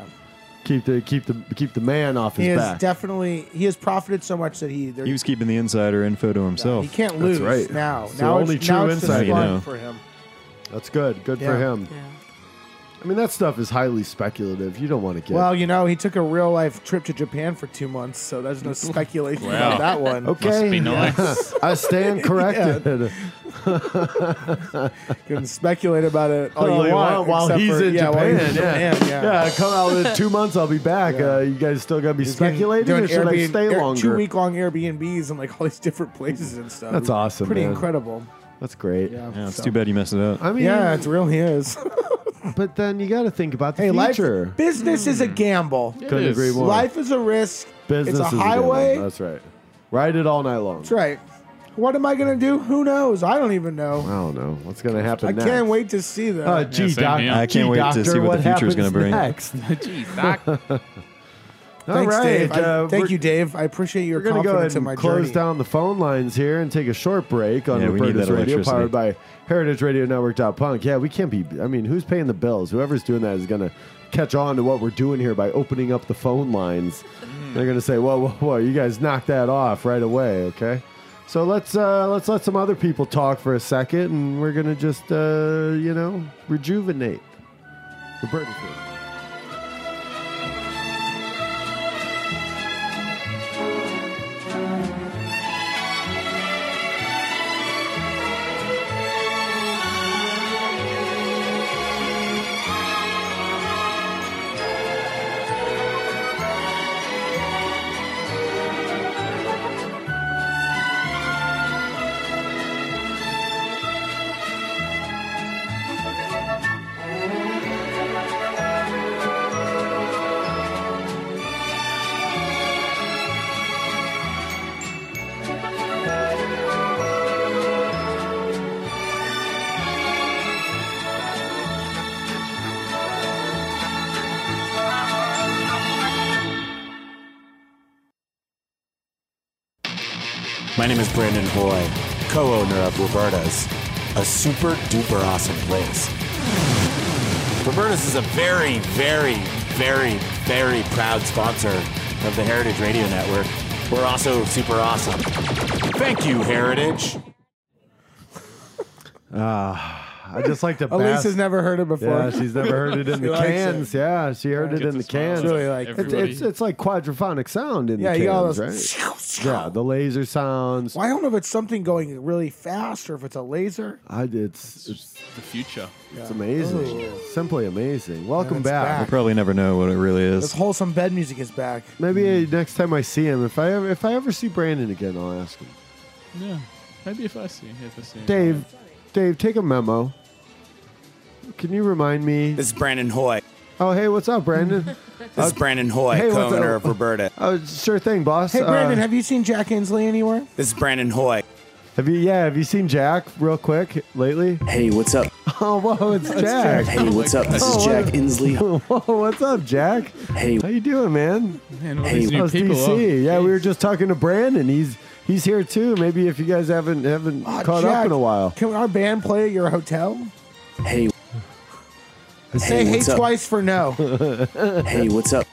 Speaker 3: Keep the keep the keep the man off his
Speaker 4: he has
Speaker 3: back.
Speaker 4: definitely he has profited so much that he there,
Speaker 5: He was keeping the insider info to himself.
Speaker 4: he can't lose
Speaker 3: right.
Speaker 4: now.
Speaker 3: It's the
Speaker 4: now
Speaker 3: only
Speaker 4: it's,
Speaker 3: true
Speaker 4: now it's just
Speaker 3: insight,
Speaker 5: you
Speaker 4: fun
Speaker 5: know.
Speaker 4: for him.
Speaker 3: That's good. Good for
Speaker 4: Yeah.
Speaker 3: him.
Speaker 7: Yeah.
Speaker 3: I mean, that stuff is highly speculative. You don't want to get.
Speaker 4: Well, you know, he took a real life trip to Japan for two months, so there's
Speaker 3: [laughs]
Speaker 4: no speculation
Speaker 6: Wow.
Speaker 4: about that one.
Speaker 3: okay. [laughs]
Speaker 6: Must be nice.
Speaker 3: I
Speaker 4: [laughs]
Speaker 3: stand corrected.
Speaker 4: You can speculate about it all
Speaker 3: All
Speaker 4: you want,
Speaker 3: while
Speaker 4: except
Speaker 3: he's
Speaker 4: for-
Speaker 3: in
Speaker 4: yeah, while
Speaker 3: Japan.
Speaker 4: he's in
Speaker 3: yeah.
Speaker 4: Japan, yeah.
Speaker 3: Yeah, come out in two months. I'll be back.
Speaker 4: Yeah.
Speaker 3: Uh, you guys still gonna be
Speaker 4: He's been
Speaker 3: speculating,
Speaker 4: doing
Speaker 3: or should I
Speaker 4: Airbnb-
Speaker 3: stay
Speaker 4: Air-
Speaker 3: longer?
Speaker 4: Two week long Airbnbs and like all these different places and stuff.
Speaker 3: That's awesome,
Speaker 4: Pretty
Speaker 3: man.
Speaker 4: incredible.
Speaker 3: That's great.
Speaker 4: Yeah,
Speaker 5: yeah, it's
Speaker 4: so-
Speaker 5: too bad you messed it up.
Speaker 3: I mean,
Speaker 4: Yeah, it's real. He is.
Speaker 3: but then you got to think about the
Speaker 4: Hey, life,
Speaker 3: future.
Speaker 4: business is a gamble.
Speaker 3: Couldn't
Speaker 6: It is.
Speaker 3: agree more.
Speaker 4: Life is a risk.
Speaker 3: Business
Speaker 4: it's
Speaker 3: is
Speaker 4: a
Speaker 3: a
Speaker 4: highway.
Speaker 3: gamble. That's right. Ride it all night long.
Speaker 4: That's right. What am I gonna do? Who knows? I don't even
Speaker 3: I
Speaker 4: know.
Speaker 3: don't know what's going to happen.
Speaker 4: I
Speaker 3: next.
Speaker 4: can't wait Uh, to see that.
Speaker 3: Oh, gee,
Speaker 6: Yeah, same
Speaker 3: doc-
Speaker 6: here.
Speaker 5: I can't
Speaker 3: gee,
Speaker 5: wait to
Speaker 3: doctor,
Speaker 5: see what the future's
Speaker 3: going
Speaker 5: gonna
Speaker 3: to
Speaker 5: bring.
Speaker 3: Next.
Speaker 6: Jeez, doc.
Speaker 3: all
Speaker 4: Thanks,
Speaker 3: right.
Speaker 4: Dave. I-
Speaker 3: uh,
Speaker 4: thank
Speaker 3: we're-
Speaker 4: you, Dave. I appreciate your
Speaker 3: We're going to go
Speaker 4: confidence
Speaker 3: ahead
Speaker 4: in my
Speaker 3: and close
Speaker 4: journey.
Speaker 3: down the phone lines here and take a short break on
Speaker 5: Yeah, we need
Speaker 3: Roberta's
Speaker 5: that
Speaker 3: Radio,
Speaker 5: electricity.
Speaker 3: powered by heritageradionetwork.punk. Yeah, we can't be. I mean, who's paying the bills? Whoever's doing that is going to catch on to what we're doing here by opening up the phone lines.
Speaker 4: Hmm.
Speaker 3: They're going to say, "Whoa, whoa, whoa! You guys knock that off right away, okay?" So let's uh, let's let some other people talk for a second, and we're going to just uh, you know rejuvenate. Roberta's here.
Speaker 8: My name is Brandon Hoy, co owner of Roberta's, a super duper awesome place. Roberta's is a very, very, very, very proud sponsor of the Heritage Radio Network. We're also super awesome. Thank you, Heritage.
Speaker 3: I just like to.
Speaker 4: Elise
Speaker 3: bask-
Speaker 4: has never heard it before.
Speaker 3: Yeah, she's never heard
Speaker 4: [laughs]
Speaker 3: it in
Speaker 4: She
Speaker 3: the
Speaker 4: likes it.
Speaker 3: cans. Yeah, she heard it
Speaker 6: Gets
Speaker 3: in
Speaker 6: a
Speaker 3: the
Speaker 6: smile
Speaker 3: cans.
Speaker 6: out of
Speaker 4: Really like- It's-
Speaker 3: It's,
Speaker 6: everybody.
Speaker 3: it's it's like quadrophonic sound in
Speaker 4: Yeah,
Speaker 3: the
Speaker 4: you got all
Speaker 3: cans, [laughs]
Speaker 4: those-
Speaker 3: right?
Speaker 4: [laughs]
Speaker 3: yeah, the laser sounds.
Speaker 4: well, I don't know if it's something going really fast or if it's a laser.
Speaker 3: I, it's it's,
Speaker 6: the future.
Speaker 3: it's amazing,
Speaker 4: Ooh.
Speaker 3: simply amazing. Welcome
Speaker 4: Oh, it's
Speaker 3: back.
Speaker 4: back.
Speaker 5: Probably never know what it really
Speaker 4: This
Speaker 5: is.
Speaker 4: wholesome bed music is back.
Speaker 3: Maybe uh, next time I see him, if I ever, if I ever see Brandon again, I'll ask him.
Speaker 6: Yeah. Maybe if I see if I see
Speaker 3: Dave, Dave, take a memo. Can you remind me?
Speaker 8: This is Brandon Hoy.
Speaker 3: Oh, hey, what's up,
Speaker 4: [laughs]
Speaker 3: Brandon?
Speaker 8: This is Brandon Hoy,
Speaker 3: hey, what's
Speaker 8: co owner
Speaker 3: up?
Speaker 8: of Roberta.
Speaker 3: oh, sure thing, boss.
Speaker 4: Hey, Brandon,
Speaker 3: Uh,
Speaker 4: have you seen Jack Insley anywhere?
Speaker 8: This is Brandon Hoy.
Speaker 3: have you? Yeah, have you seen Jack real quick lately?
Speaker 4: [laughs]
Speaker 9: Hey, what's up?
Speaker 3: Oh, whoa, it's Jack.
Speaker 9: Hey, what's up? This is Jack Insley.
Speaker 3: [laughs] Whoa, what's up, Jack?
Speaker 9: Hey.
Speaker 3: how you doing, man?
Speaker 6: Man, all
Speaker 9: Hey,
Speaker 6: these new
Speaker 3: How's
Speaker 6: people.
Speaker 3: DC?
Speaker 6: oh,
Speaker 3: yeah, we
Speaker 6: geez.
Speaker 3: were just talking to Brandon. He's he's here too. Maybe if you guys haven't haven't
Speaker 4: Ah,
Speaker 3: caught up
Speaker 4: Jack,
Speaker 3: in a while.
Speaker 4: Can our band play at your hotel?
Speaker 9: Hey,
Speaker 4: Say hey
Speaker 9: what's up?
Speaker 4: twice
Speaker 3: [laughs]
Speaker 4: for no.
Speaker 9: hey, what's up?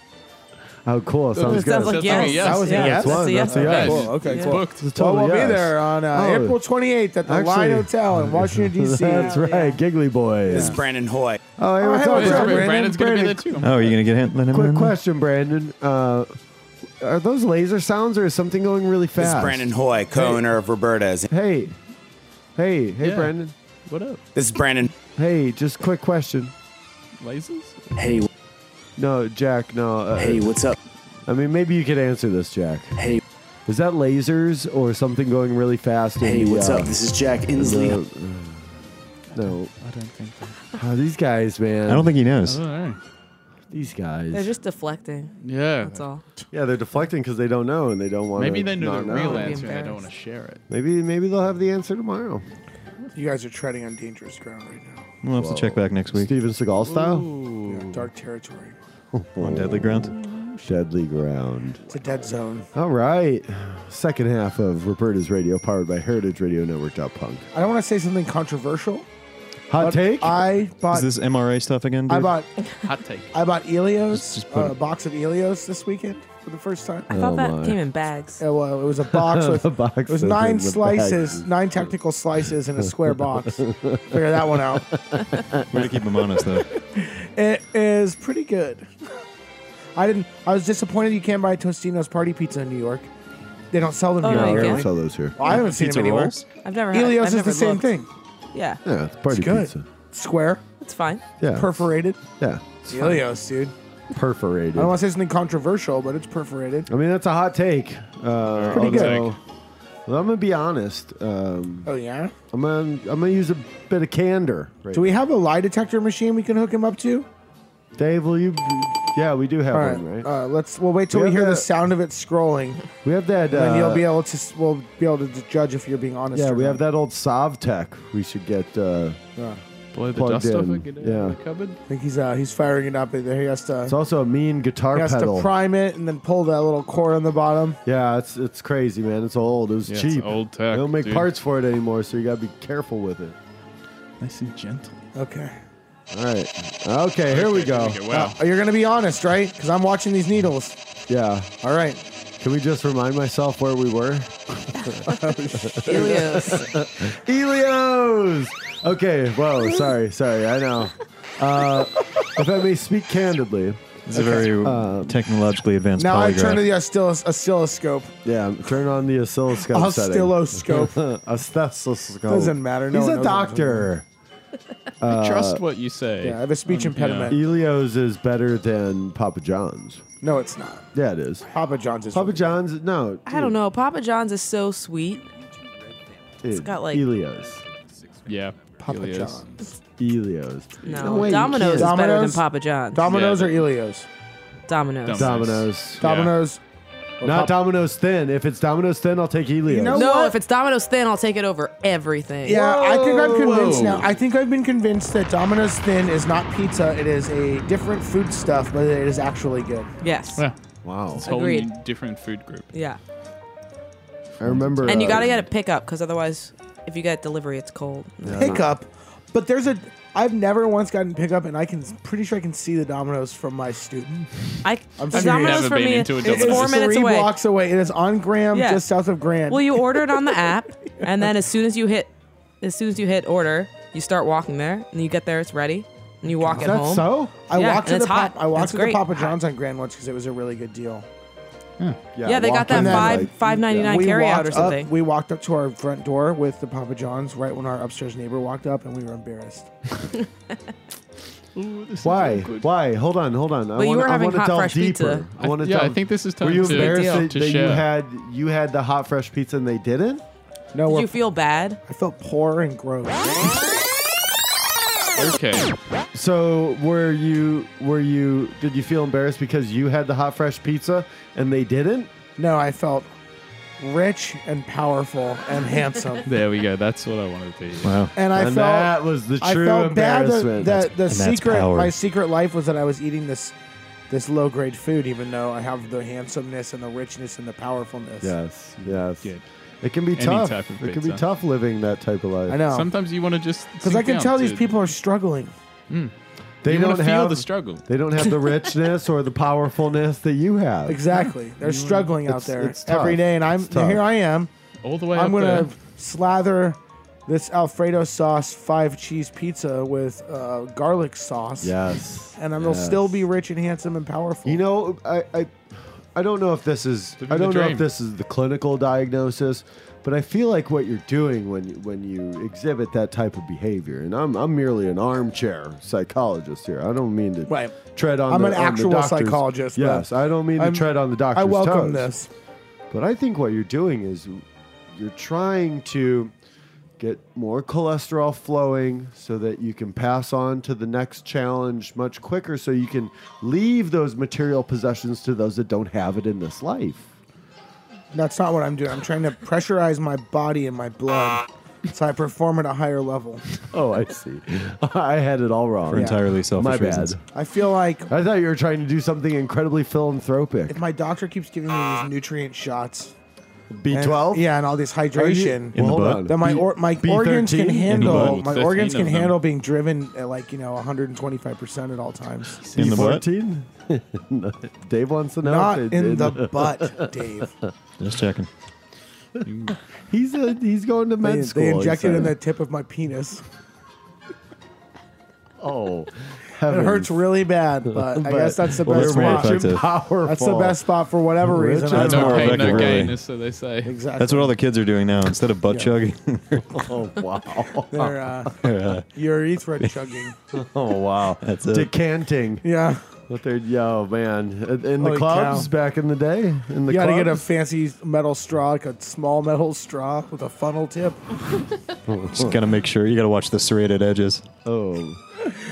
Speaker 3: Oh, cool. Sounds
Speaker 7: Sounds
Speaker 3: good.
Speaker 7: like
Speaker 6: That's
Speaker 7: yes.
Speaker 6: a yes. That was
Speaker 4: a
Speaker 7: yeah,
Speaker 4: yes?
Speaker 7: That's a yes.
Speaker 3: That's a yes.
Speaker 4: Cool, okay,
Speaker 7: Yeah.
Speaker 4: cool.
Speaker 3: It's
Speaker 6: Booked.
Speaker 3: a
Speaker 4: Well,
Speaker 3: total
Speaker 4: we'll
Speaker 3: yes.
Speaker 4: be
Speaker 3: [laughs]
Speaker 4: there on uh,
Speaker 3: Oh.
Speaker 4: April 28th at the Line
Speaker 3: Actually-
Speaker 4: Hotel
Speaker 3: [laughs]
Speaker 4: in Washington, D.C.
Speaker 3: That's right, Giggly Boy.
Speaker 8: This is Brandon Hoy.
Speaker 3: Oh, hey,
Speaker 4: Oh,
Speaker 3: what's
Speaker 4: hey,
Speaker 3: up,
Speaker 4: what's up,
Speaker 3: Brandon?
Speaker 4: Brandon?
Speaker 6: Brandon's gonna
Speaker 4: Brandon.
Speaker 6: be there too.
Speaker 5: Oh, are you gonna get him? Let him
Speaker 3: Quick
Speaker 5: in?
Speaker 3: question, Brandon. Uh, are those laser sounds or is something going really
Speaker 8: This
Speaker 3: fast?
Speaker 8: is Brandon Hoy, co owner of Roberta's.
Speaker 3: Hey, hey, hey,
Speaker 6: Yeah.
Speaker 3: Brandon.
Speaker 6: What up?
Speaker 8: This is Brandon.
Speaker 3: Hey, just quick question.
Speaker 6: Lasers?
Speaker 9: Hey, w-
Speaker 3: No, Jack. No. Uh,
Speaker 9: hey, what's up?
Speaker 3: I mean, maybe you could answer this, Jack.
Speaker 9: Hey,
Speaker 3: Is that lasers or something going really fast? in
Speaker 9: hey,
Speaker 3: the,
Speaker 9: what's
Speaker 3: uh,
Speaker 9: up? This is Jack
Speaker 3: the,
Speaker 9: Insley.
Speaker 3: uh, no,
Speaker 6: I don't think. I
Speaker 3: Ah, these guys, man.
Speaker 5: I don't think he knows.
Speaker 6: don't know.
Speaker 3: these guys.
Speaker 7: They're just deflecting.
Speaker 6: Yeah.
Speaker 7: That's all.
Speaker 3: yeah, they're deflecting because they don't know and they don't want.
Speaker 6: Maybe they knew the real
Speaker 7: know.
Speaker 6: answer and they don't
Speaker 7: Embarrassed.
Speaker 6: want to share it.
Speaker 3: Maybe maybe they'll have the answer tomorrow.
Speaker 4: You guys are treading on dangerous ground right now.
Speaker 5: We'll have to check back next week
Speaker 3: Steven Seagal style.
Speaker 4: You're in dark territory.
Speaker 5: on Deadly Ground.
Speaker 3: Deadly ground.
Speaker 4: It's a dead zone.
Speaker 3: All right, second half of Roberta's Radio, powered by Heritage Radio Network. Punk.
Speaker 4: I don't want to say something controversial.
Speaker 3: Hot
Speaker 4: but
Speaker 3: take.
Speaker 4: I bought.
Speaker 5: Is this MRA stuff again, dude?
Speaker 4: I bought.
Speaker 6: Hot take.
Speaker 4: I bought Elios.
Speaker 5: Just- just put
Speaker 4: uh,
Speaker 5: it-
Speaker 4: a box of Elios this weekend for the first time.
Speaker 7: I thought that
Speaker 3: my.
Speaker 7: came in bags.
Speaker 4: Yeah, well, it was a box with
Speaker 3: The box
Speaker 4: it was
Speaker 3: is in
Speaker 4: nine
Speaker 3: the bag.
Speaker 4: slices, nine technical slices in a square box. Figure that one out.
Speaker 5: Way to keep him honest, though.
Speaker 4: It is pretty good. I didn't. I was disappointed you can't buy Tostino's party pizza in New York. They don't sell them
Speaker 7: Oh,
Speaker 4: here.
Speaker 7: no, you
Speaker 4: apparently.
Speaker 7: can't?
Speaker 3: sell those here.
Speaker 4: Well, I haven't seen
Speaker 5: Pizza
Speaker 4: them anywhere.
Speaker 5: rolls.
Speaker 7: I've never had
Speaker 4: Elios
Speaker 7: I've
Speaker 4: is
Speaker 7: never
Speaker 4: the same
Speaker 7: looked.
Speaker 4: thing.
Speaker 7: Yeah,
Speaker 3: Yeah, it's party
Speaker 4: It's good.
Speaker 3: pizza.
Speaker 4: Square,
Speaker 7: it's fine.
Speaker 3: Yeah,
Speaker 4: perforated.
Speaker 3: yeah,
Speaker 4: Elios, dude. I
Speaker 3: perforated.
Speaker 4: don't want to say something controversial, but it's perforated.
Speaker 3: I mean, that's a hot take. Uh,
Speaker 4: Pretty good.
Speaker 3: although Well, I'm gonna be honest. Um,
Speaker 4: Oh yeah.
Speaker 3: I'm gonna I'm gonna use a bit of candor. Right
Speaker 4: Do we have a lie detector machine we can hook him up to?
Speaker 3: now. Dave? Will you? Yeah, we do have
Speaker 4: All
Speaker 3: one,
Speaker 4: right.
Speaker 3: right?
Speaker 4: Uh, let's. We'll wait till
Speaker 3: We
Speaker 4: we
Speaker 3: have
Speaker 4: hear the
Speaker 3: that-
Speaker 4: sound of it scrolling,
Speaker 3: we have that.
Speaker 4: and then
Speaker 3: Uh,
Speaker 4: you'll be able to. s- We'll be able to d- judge if you're being honest.
Speaker 3: yeah,
Speaker 4: or
Speaker 3: we
Speaker 4: not.
Speaker 3: have that old Savtech. We should get. Uh,
Speaker 6: Blow the
Speaker 3: Plugged
Speaker 6: dust off
Speaker 3: in,
Speaker 6: it, get it out of
Speaker 3: yeah.
Speaker 6: the cupboard.
Speaker 4: I think he's uh, he's firing it up. and He has to.
Speaker 3: it's also a mean guitar
Speaker 4: he has
Speaker 3: pedal.
Speaker 4: to prime it and then pull that little cord on the bottom.
Speaker 3: Yeah, it's it's crazy, man. It's old. It was
Speaker 6: Yeah, it's
Speaker 3: cheap.
Speaker 6: old tech,
Speaker 3: They don't make
Speaker 6: dude.
Speaker 3: parts for it anymore, so you gotta be careful with it.
Speaker 6: Nice and gentle.
Speaker 4: Okay.
Speaker 3: All right. Okay, here we go.
Speaker 6: Okay, wow.
Speaker 4: Oh, you're gonna be honest, right? Because I'm watching these needles.
Speaker 3: Yeah.
Speaker 4: All right.
Speaker 3: Can we just remind myself where we were?
Speaker 7: Helios.
Speaker 3: Elios. Okay. Whoa. Sorry. Sorry. I know. Uh, if I may speak candidly,
Speaker 5: It's a very technologically advanced
Speaker 4: Uh, Now I
Speaker 5: polygraph.
Speaker 4: turn to the oscillos- oscilloscope.
Speaker 3: yeah, turn on the oscilloscope
Speaker 4: Oscilloscope.
Speaker 3: setting. oscilloscope.
Speaker 4: Doesn't matter, no
Speaker 3: He's
Speaker 4: one
Speaker 3: a
Speaker 4: knows what I'm
Speaker 3: doctor.
Speaker 6: I trust what you say.
Speaker 4: yeah, I have a speech
Speaker 6: Um,
Speaker 4: impediment.
Speaker 3: Elios is better than Papa John's.
Speaker 4: No, it's not.
Speaker 3: Yeah, it is.
Speaker 4: Papa John's is.
Speaker 3: Papa John's. No.
Speaker 7: I don't know. Papa John's is so sweet.
Speaker 3: It's
Speaker 7: got, like-
Speaker 3: Elios.
Speaker 6: Yeah.
Speaker 4: Papa
Speaker 6: Helios.
Speaker 4: John's.
Speaker 3: Elios.
Speaker 7: No,
Speaker 3: way you
Speaker 7: Domino's is
Speaker 3: can't.
Speaker 7: better than
Speaker 4: Domino's?
Speaker 7: Papa John's.
Speaker 4: Domino's
Speaker 6: Yeah.
Speaker 4: or Elio's?
Speaker 7: Domino's.
Speaker 6: Dom-
Speaker 3: Domino's.
Speaker 6: Yeah.
Speaker 4: Domino's. or
Speaker 3: Not
Speaker 4: Papa-
Speaker 3: Domino's thin. If it's Domino's thin, I'll take Helios.
Speaker 4: You know-
Speaker 7: no,
Speaker 4: What?
Speaker 7: if it's Domino's thin, I'll take it over everything.
Speaker 4: Yeah, I think I'm convinced
Speaker 6: Whoa.
Speaker 4: now. I think I've been convinced that Domino's Thin is not pizza. It is a different food stuff, but it is actually good.
Speaker 7: Yes.
Speaker 6: Yeah.
Speaker 3: Wow.
Speaker 6: It's a whole
Speaker 7: Agreed.
Speaker 6: new different food group.
Speaker 7: Yeah.
Speaker 3: I remember.
Speaker 7: And you
Speaker 3: uh,
Speaker 7: gotta get a pickup because otherwise, if you get delivery, it's cold.
Speaker 4: Pickup, but there's a. I've never once gotten pickup, and I can pretty sure I can see the Domino's from my student.
Speaker 7: [laughs] I
Speaker 4: sure
Speaker 7: the
Speaker 4: you've
Speaker 7: Domino's
Speaker 6: never
Speaker 7: for
Speaker 6: been
Speaker 7: me.
Speaker 6: into a
Speaker 7: It's
Speaker 6: Domino's.
Speaker 7: four
Speaker 6: It's
Speaker 7: minutes
Speaker 4: three
Speaker 7: away.
Speaker 4: blocks away. It is on Graham,
Speaker 7: Yeah.
Speaker 4: just south of Grand.
Speaker 7: Well, you order it on the app, and then as soon as you hit, as soon as you hit order, you start walking there, and you get there, it's ready, and you
Speaker 3: Is
Speaker 7: walk it
Speaker 3: that
Speaker 7: home.
Speaker 3: so?
Speaker 4: I
Speaker 7: Yeah,
Speaker 4: walked to
Speaker 7: and
Speaker 4: the
Speaker 7: it's hot.
Speaker 4: Pop, I walked
Speaker 7: It's
Speaker 4: to
Speaker 7: great.
Speaker 4: the Papa John's on Grand once because it was a really good deal.
Speaker 7: Yeah, they got
Speaker 3: walk
Speaker 7: that
Speaker 3: in there,
Speaker 7: five
Speaker 3: like-
Speaker 7: five ninety nine carry out or
Speaker 4: walked
Speaker 7: something.
Speaker 4: Up, we walked up to our front door with the Papa John's right when our upstairs neighbor walked up, and we were embarrassed.
Speaker 3: Why? Why? Hold on, hold on. I
Speaker 7: But you
Speaker 3: wanna,
Speaker 7: were
Speaker 3: I
Speaker 7: having
Speaker 3: wanna
Speaker 7: hot
Speaker 3: delve
Speaker 7: fresh
Speaker 3: deeper.
Speaker 7: pizza.
Speaker 3: I want to
Speaker 6: yeah,
Speaker 3: delve.
Speaker 6: I think this is time
Speaker 3: Were you
Speaker 6: to,
Speaker 3: embarrassed that,
Speaker 6: to
Speaker 3: that you
Speaker 6: share.
Speaker 3: had you had the hot fresh pizza and they didn't?
Speaker 4: No,
Speaker 7: Did
Speaker 4: we're,
Speaker 7: you feel bad?
Speaker 4: I felt poor and gross.
Speaker 6: Okay.
Speaker 3: So were you were you did you feel embarrassed because you had the hot fresh pizza and they didn't?
Speaker 4: No, I felt rich and powerful and handsome,
Speaker 3: [laughs]
Speaker 6: There we go. That's what I wanted to hear.
Speaker 5: wow.
Speaker 4: and I
Speaker 3: and
Speaker 4: felt
Speaker 3: that was the
Speaker 4: I
Speaker 3: true
Speaker 4: felt bad that,
Speaker 3: embarrassment.
Speaker 4: that the
Speaker 5: And that's
Speaker 4: secret
Speaker 5: power.
Speaker 4: my secret life was that I was eating this this low grade food, even though I have the handsomeness and the richness and the powerfulness.
Speaker 3: yes, yes.
Speaker 6: Good.
Speaker 3: It can be
Speaker 6: Any
Speaker 3: tough.
Speaker 6: type of
Speaker 3: it can be
Speaker 6: pizza.
Speaker 3: tough living that type of life.
Speaker 4: I know.
Speaker 6: Sometimes you want to just
Speaker 4: Because I
Speaker 6: sink
Speaker 4: can
Speaker 6: down
Speaker 4: tell
Speaker 6: to-
Speaker 4: these people are struggling.
Speaker 3: They
Speaker 6: you
Speaker 3: don't
Speaker 6: want to feel
Speaker 3: have
Speaker 6: the struggle.
Speaker 3: They don't have the richness or the powerfulness that you have. [laughs]
Speaker 4: Exactly. They're struggling out
Speaker 3: It's-
Speaker 4: there
Speaker 3: it's tough.
Speaker 4: every day. And I'm
Speaker 3: It's tough.
Speaker 4: here I am.
Speaker 6: All the way
Speaker 4: I'm
Speaker 6: up
Speaker 4: going to
Speaker 6: there.
Speaker 4: slather this Alfredo sauce five cheese pizza with uh, garlic sauce.
Speaker 3: Yes.
Speaker 4: And I'm, will
Speaker 3: yes.
Speaker 4: still be rich and handsome and powerful.
Speaker 3: You know, I, I, I don't know if this is
Speaker 6: Living
Speaker 3: I don't
Speaker 6: the
Speaker 3: know if
Speaker 6: dream.
Speaker 3: this is the clinical diagnosis, but I feel like what you're doing when you, when you exhibit that type of behavior, and I'm I'm merely an armchair psychologist here. I don't mean to
Speaker 4: Right.
Speaker 3: tread on.
Speaker 4: I'm
Speaker 3: the,
Speaker 4: an
Speaker 3: on the
Speaker 4: actual
Speaker 3: doctor's-
Speaker 4: psychologist, but
Speaker 3: Yes, I don't mean
Speaker 4: I'm-
Speaker 3: to tread on the doctor's
Speaker 4: I
Speaker 3: toes.
Speaker 4: welcome this.
Speaker 3: But I think what you're doing is you're trying to get more cholesterol flowing so that you can pass on to the next challenge much quicker so you can leave those material possessions to those that don't have it in this
Speaker 5: [laughs]
Speaker 3: life.
Speaker 4: That's not what I'm doing. I'm trying to pressurize my body and my blood so I perform at a higher level.
Speaker 3: Oh, I see. [laughs] I had it all wrong.
Speaker 5: For entirely selfish
Speaker 3: My bad.
Speaker 5: reasons.
Speaker 4: I feel like
Speaker 3: I thought you were trying to do something incredibly philanthropic.
Speaker 4: if my doctor keeps giving me these nutrient shots, and-
Speaker 3: B12?
Speaker 4: yeah, and all this
Speaker 3: Are you-
Speaker 4: hydration,
Speaker 5: In
Speaker 3: Well, hold
Speaker 5: the butt?
Speaker 3: on.
Speaker 4: then my
Speaker 3: B-
Speaker 4: or, my
Speaker 3: B13?
Speaker 4: organs can handle
Speaker 6: blood.
Speaker 4: my
Speaker 6: Fifteen
Speaker 4: organs
Speaker 6: of
Speaker 4: can
Speaker 6: them.
Speaker 4: handle being driven at like you know 125 percent at all times.
Speaker 5: In the butt?
Speaker 3: B14? [laughs] Dave wants to know.
Speaker 4: Not
Speaker 3: if they
Speaker 4: in
Speaker 3: did.
Speaker 4: the
Speaker 3: [laughs]
Speaker 4: butt, Dave.
Speaker 5: Just checking.
Speaker 3: He's a, he's going to med
Speaker 4: They,
Speaker 3: school.
Speaker 4: they injected
Speaker 3: he
Speaker 4: in the
Speaker 3: said.
Speaker 4: tip of my penis.
Speaker 3: Oh,
Speaker 4: It hurts really bad, but,
Speaker 3: [laughs]
Speaker 4: I
Speaker 3: But-
Speaker 4: guess that's the
Speaker 5: Well,
Speaker 4: best
Speaker 5: they're more
Speaker 4: spot.
Speaker 5: effective.
Speaker 3: powerful.
Speaker 4: That's the best spot for whatever
Speaker 3: Rich
Speaker 4: reason.
Speaker 3: and
Speaker 4: I don't
Speaker 5: That's
Speaker 6: no
Speaker 5: more
Speaker 4: know.
Speaker 6: pain, no
Speaker 5: effective,
Speaker 6: gain,
Speaker 5: really.
Speaker 6: is so they [laughs] say.
Speaker 4: Exactly.
Speaker 5: That's what all the kids are doing now. Instead of butt
Speaker 4: Yeah.
Speaker 5: chugging, [laughs]
Speaker 3: Oh wow!
Speaker 4: They're, uh, [laughs]
Speaker 5: they're, uh,
Speaker 4: your urethra chugging.
Speaker 3: [laughs] Oh wow!
Speaker 5: That's it.
Speaker 3: Decanting.
Speaker 4: Yeah.
Speaker 3: What they yo man Uh, in in the
Speaker 4: Holy
Speaker 3: clubs
Speaker 4: cow.
Speaker 3: back in the day in the
Speaker 4: You got to get a
Speaker 3: clubs?
Speaker 4: fancy metal straw, like a small metal straw with a funnel tip.
Speaker 5: Just gotta make sure you gotta watch the serrated edges.
Speaker 3: oh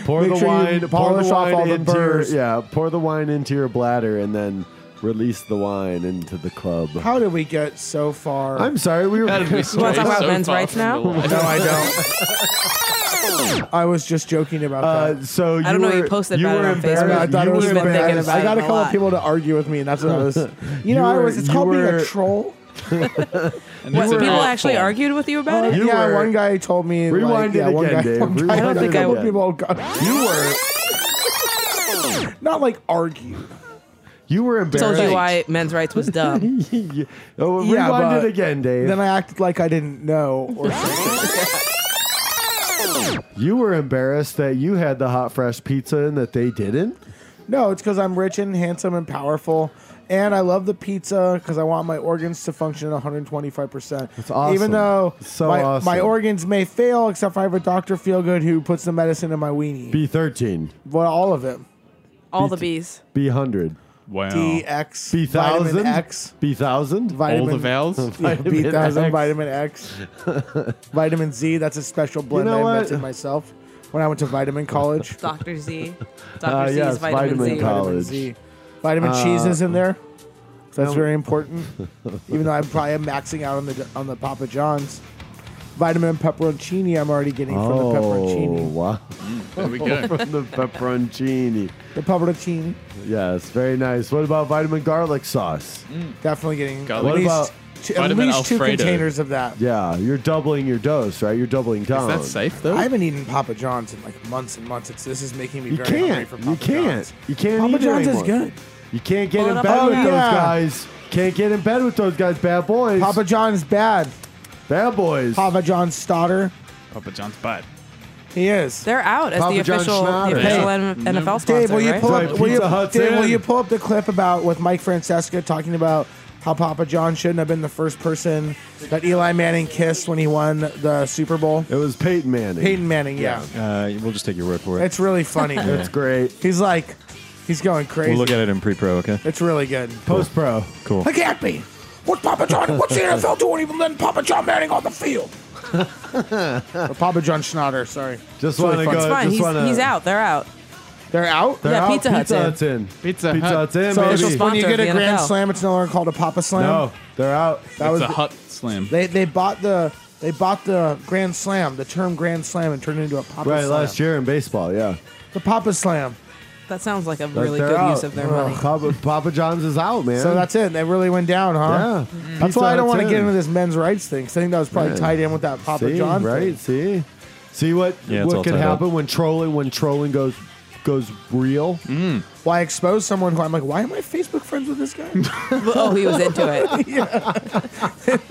Speaker 3: pour
Speaker 4: Make
Speaker 3: the
Speaker 4: sure you
Speaker 3: wine pour
Speaker 4: polish
Speaker 3: the
Speaker 4: off
Speaker 3: wine
Speaker 4: all the
Speaker 3: into your,
Speaker 4: burrs.
Speaker 3: yeah pour the wine into your bladder and then release the wine into the club.
Speaker 4: How did we get so far?
Speaker 3: I'm sorry we
Speaker 6: How
Speaker 3: were [laughs]
Speaker 6: did we
Speaker 7: You want
Speaker 6: stray
Speaker 7: to talk about
Speaker 6: so
Speaker 7: men's
Speaker 6: far
Speaker 7: rights
Speaker 6: from the
Speaker 7: now?
Speaker 6: line?
Speaker 4: no, I don't. I was just joking about
Speaker 3: uh,
Speaker 4: that.
Speaker 3: so you
Speaker 7: I don't know,
Speaker 3: were,
Speaker 7: you posted about
Speaker 3: were
Speaker 7: it on Facebook.
Speaker 3: embarrassed-
Speaker 4: I thought
Speaker 3: you
Speaker 4: it was
Speaker 3: were
Speaker 7: been thinking
Speaker 4: embarrassing.
Speaker 7: about
Speaker 4: I got
Speaker 7: it
Speaker 4: a
Speaker 7: a
Speaker 4: couple
Speaker 7: lot.
Speaker 4: people to argue with me, and that's what I was. You, know, I
Speaker 3: were-
Speaker 4: was. It's
Speaker 3: you
Speaker 4: called being
Speaker 3: were-
Speaker 4: a troll.
Speaker 6: And
Speaker 7: What,
Speaker 6: that's an
Speaker 7: people
Speaker 6: art
Speaker 7: actually
Speaker 6: form.
Speaker 7: argued with you about it?
Speaker 3: You
Speaker 4: yeah,
Speaker 3: were-
Speaker 4: one guy told me.
Speaker 3: Rewind
Speaker 4: like, yeah,
Speaker 3: it
Speaker 4: one
Speaker 3: again,
Speaker 4: guy,
Speaker 3: Dave.
Speaker 4: [laughs] One guy
Speaker 3: Rewind
Speaker 7: I don't
Speaker 4: told
Speaker 7: think
Speaker 4: me
Speaker 7: I
Speaker 4: what
Speaker 3: would.
Speaker 4: people got-
Speaker 3: You were
Speaker 4: not like argue.
Speaker 3: you were embarrassed. [laughs]
Speaker 7: Told you why men's rights was dumb.
Speaker 3: oh, rewind
Speaker 4: Yeah, but
Speaker 3: it again, Dave.
Speaker 4: Then I acted like I didn't know. Or
Speaker 3: you were embarrassed that you had the hot fresh pizza and that they didn't.
Speaker 4: no, it's because I'm rich and handsome and powerful. And I love the pizza because I want my organs to function at 125%. That's
Speaker 3: awesome.
Speaker 4: Even though
Speaker 3: So
Speaker 4: my,
Speaker 3: awesome.
Speaker 4: my organs may fail, except for I have a Dr. Feelgood who puts the medicine in my weenie.
Speaker 3: B thirteen,
Speaker 4: well, all of it.
Speaker 7: All the bees.
Speaker 3: B hundred,
Speaker 6: Wow.
Speaker 4: DX,
Speaker 3: B thousand, [laughs]
Speaker 4: vitamin X,
Speaker 3: B thousand.
Speaker 6: All
Speaker 4: vitamin
Speaker 3: [laughs]
Speaker 6: the vowels?
Speaker 4: Yeah,
Speaker 3: Vitamin
Speaker 4: B1000,
Speaker 3: X.
Speaker 4: vitamin
Speaker 3: [laughs]
Speaker 4: X, vitamin Z. That's a special blend
Speaker 3: know
Speaker 4: I
Speaker 3: what?
Speaker 4: invented myself when I went to vitamin college.
Speaker 7: Dr. Z. Dr.
Speaker 3: Uh,
Speaker 7: Z's
Speaker 3: yes, [laughs]
Speaker 7: vitamin,
Speaker 3: vitamin powder.
Speaker 4: Vitamin
Speaker 7: Z.
Speaker 3: College. Uh,
Speaker 4: Z. Vitamin cheese is in there. So that's
Speaker 3: [laughs]
Speaker 4: very important. Even though I'm probably maxing out on the on the Papa John's. Vitamin pepperoncini, I'm already getting from the
Speaker 3: Oh
Speaker 4: pepperoncini. [laughs]
Speaker 3: wow!
Speaker 6: There we go.
Speaker 3: From the pepperoncini.
Speaker 4: The pepperoncini,
Speaker 3: Yes, very nice. What about vitamin garlic sauce?
Speaker 4: Mm. definitely getting at
Speaker 6: Garlic. What
Speaker 4: least,
Speaker 3: about
Speaker 4: two, at
Speaker 6: vitamin
Speaker 4: least two
Speaker 6: Alfredo?
Speaker 4: containers of that.
Speaker 3: Yeah, you're doubling your dose, right? You're doubling
Speaker 6: Is
Speaker 3: down.
Speaker 6: that safe though?
Speaker 4: I haven't eaten Papa John's in like months and months. It's, this is making me
Speaker 3: You
Speaker 4: very hungry
Speaker 3: can't.
Speaker 4: for Papa
Speaker 3: You can't.
Speaker 4: John's.
Speaker 3: You can't.
Speaker 4: Papa
Speaker 3: eat it
Speaker 4: John's is
Speaker 3: anymore.
Speaker 4: good.
Speaker 3: You can't get
Speaker 7: Pull
Speaker 3: in
Speaker 7: it up
Speaker 3: bed
Speaker 7: on
Speaker 3: with
Speaker 7: the
Speaker 3: those
Speaker 4: app.
Speaker 3: guys. Can't get in bed with those guys. Bad boys.
Speaker 4: Papa John's bad.
Speaker 3: bad boys.
Speaker 4: Papa John Stoddard.
Speaker 6: Papa John's butt.
Speaker 4: He is.
Speaker 7: They're out as
Speaker 3: Papa
Speaker 7: the
Speaker 3: John
Speaker 7: official,
Speaker 3: Schnatter.
Speaker 7: the official
Speaker 6: Yeah.
Speaker 7: N- NFL sponsor,
Speaker 4: Dave, will you
Speaker 7: right?
Speaker 4: pull
Speaker 3: Right,
Speaker 4: up? Will you,
Speaker 3: Pizza Hut's
Speaker 4: Dave, will
Speaker 3: in.
Speaker 4: you pull up the clip about with Mike Francesca talking about how Papa John shouldn't have been the first person that Eli Manning kissed when he won the Super Bowl?
Speaker 3: it was Peyton Manning.
Speaker 4: Peyton Manning, yeah,
Speaker 5: Uh, we'll just take your word for it.
Speaker 4: it's really funny.
Speaker 3: That's great.
Speaker 4: he's like, he's going crazy.
Speaker 5: we'll look at it in pre-pro. Okay.
Speaker 4: it's really good.
Speaker 3: Post pro.
Speaker 5: Cool.
Speaker 4: I can't be. What's Papa John? What's the
Speaker 3: [laughs]
Speaker 4: NFL doing? Even letting Papa John Manning on the [laughs] field. Or Papa John Schnatter, sorry.
Speaker 3: Just
Speaker 4: It's really
Speaker 3: want to go.
Speaker 4: fun.
Speaker 7: It's fine.
Speaker 3: Just
Speaker 7: He's,
Speaker 3: wanna,
Speaker 7: he's out. They're out.
Speaker 4: They're out.
Speaker 3: They're
Speaker 7: Yeah,
Speaker 3: out.
Speaker 7: Pizza Hut's in.
Speaker 3: Hut's in.
Speaker 6: Pizza
Speaker 3: Pizza
Speaker 6: Hut.
Speaker 3: Hut's in.
Speaker 4: So
Speaker 3: baby.
Speaker 7: Official
Speaker 4: when you get
Speaker 7: sponsor
Speaker 4: a
Speaker 7: of the
Speaker 4: grand
Speaker 7: NFL.
Speaker 4: slam, it's no longer called a Papa Slam.
Speaker 3: No, they're out.
Speaker 4: That was
Speaker 6: It's a hut
Speaker 3: [laughs]
Speaker 6: slam.
Speaker 4: They they bought the they bought the Grand Slam, the term Grand Slam, and turned it into a Papa
Speaker 3: Right,
Speaker 4: Slam.
Speaker 3: last year in baseball, yeah.
Speaker 4: The Papa Slam.
Speaker 7: That sounds like a
Speaker 3: That-
Speaker 7: really
Speaker 3: they're
Speaker 7: good
Speaker 3: out.
Speaker 7: use of their
Speaker 3: Well,
Speaker 7: [laughs] money.
Speaker 3: Papa, Papa John's is out, man.
Speaker 4: So that's it. They really went down, huh?
Speaker 3: Yeah.
Speaker 4: That's
Speaker 3: Pizza
Speaker 4: why I don't
Speaker 3: Hut's
Speaker 4: want to get
Speaker 3: in.
Speaker 4: into this men's rights thing. 'cause I think that was probably
Speaker 3: Yeah.
Speaker 4: tied in with that Papa
Speaker 3: See,
Speaker 4: John
Speaker 3: right?
Speaker 4: thing.
Speaker 3: See, see what
Speaker 5: Yeah, it's all
Speaker 3: what can
Speaker 5: tied up.
Speaker 3: happen when trolling when trolling goes goes real.
Speaker 4: Why expose someone who I'm like, why am I Facebook friends with
Speaker 3: [laughs]
Speaker 4: this guy?
Speaker 7: oh, he was
Speaker 4: [laughs]
Speaker 7: into it.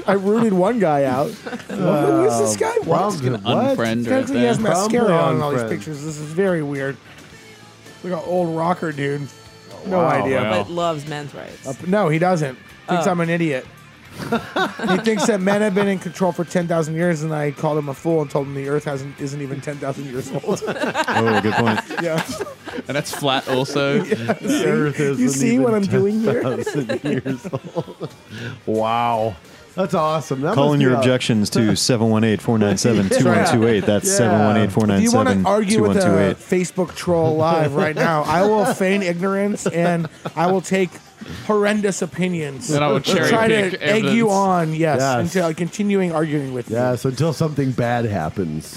Speaker 4: I rooted one guy out. Who is this guy? Why?
Speaker 3: Problems
Speaker 4: is
Speaker 3: with what?
Speaker 6: Unfriend
Speaker 4: Because he has
Speaker 6: right there.
Speaker 4: mascara
Speaker 3: Probably
Speaker 4: on in all these
Speaker 3: unfriend.
Speaker 4: pictures. This is very weird. Like an old rocker dude. No idea.
Speaker 6: wow.
Speaker 7: But loves men's rights.
Speaker 4: Up- No, he doesn't. Thinks
Speaker 7: Oh.
Speaker 4: I'm an idiot. he thinks that men have been in control for ten thousand years, and I called him a fool and told him the Earth hasn't isn't even ten thousand years old.
Speaker 5: Oh, good [laughs] point.
Speaker 4: yeah,
Speaker 6: And that's flat also.
Speaker 3: The Earth is
Speaker 4: [laughs] you see what I'm doing here? [laughs]
Speaker 3: years old. wow, that's awesome. That
Speaker 5: Call
Speaker 3: must
Speaker 5: in
Speaker 3: be
Speaker 5: your
Speaker 3: a-
Speaker 5: objections to
Speaker 4: [laughs]
Speaker 5: 718-497-2128. That's
Speaker 3: Yeah.
Speaker 5: 718-497-2128.
Speaker 4: If you want to argue with uh, a Facebook troll live right now, I will feign ignorance and I will take horrendous opinions.
Speaker 6: Then I will
Speaker 4: to try to
Speaker 6: cherry-pick
Speaker 4: egg you
Speaker 6: evidence.
Speaker 4: on, yes,
Speaker 3: Yes.
Speaker 4: until continuing arguing with you.
Speaker 3: Yes, until something bad happens,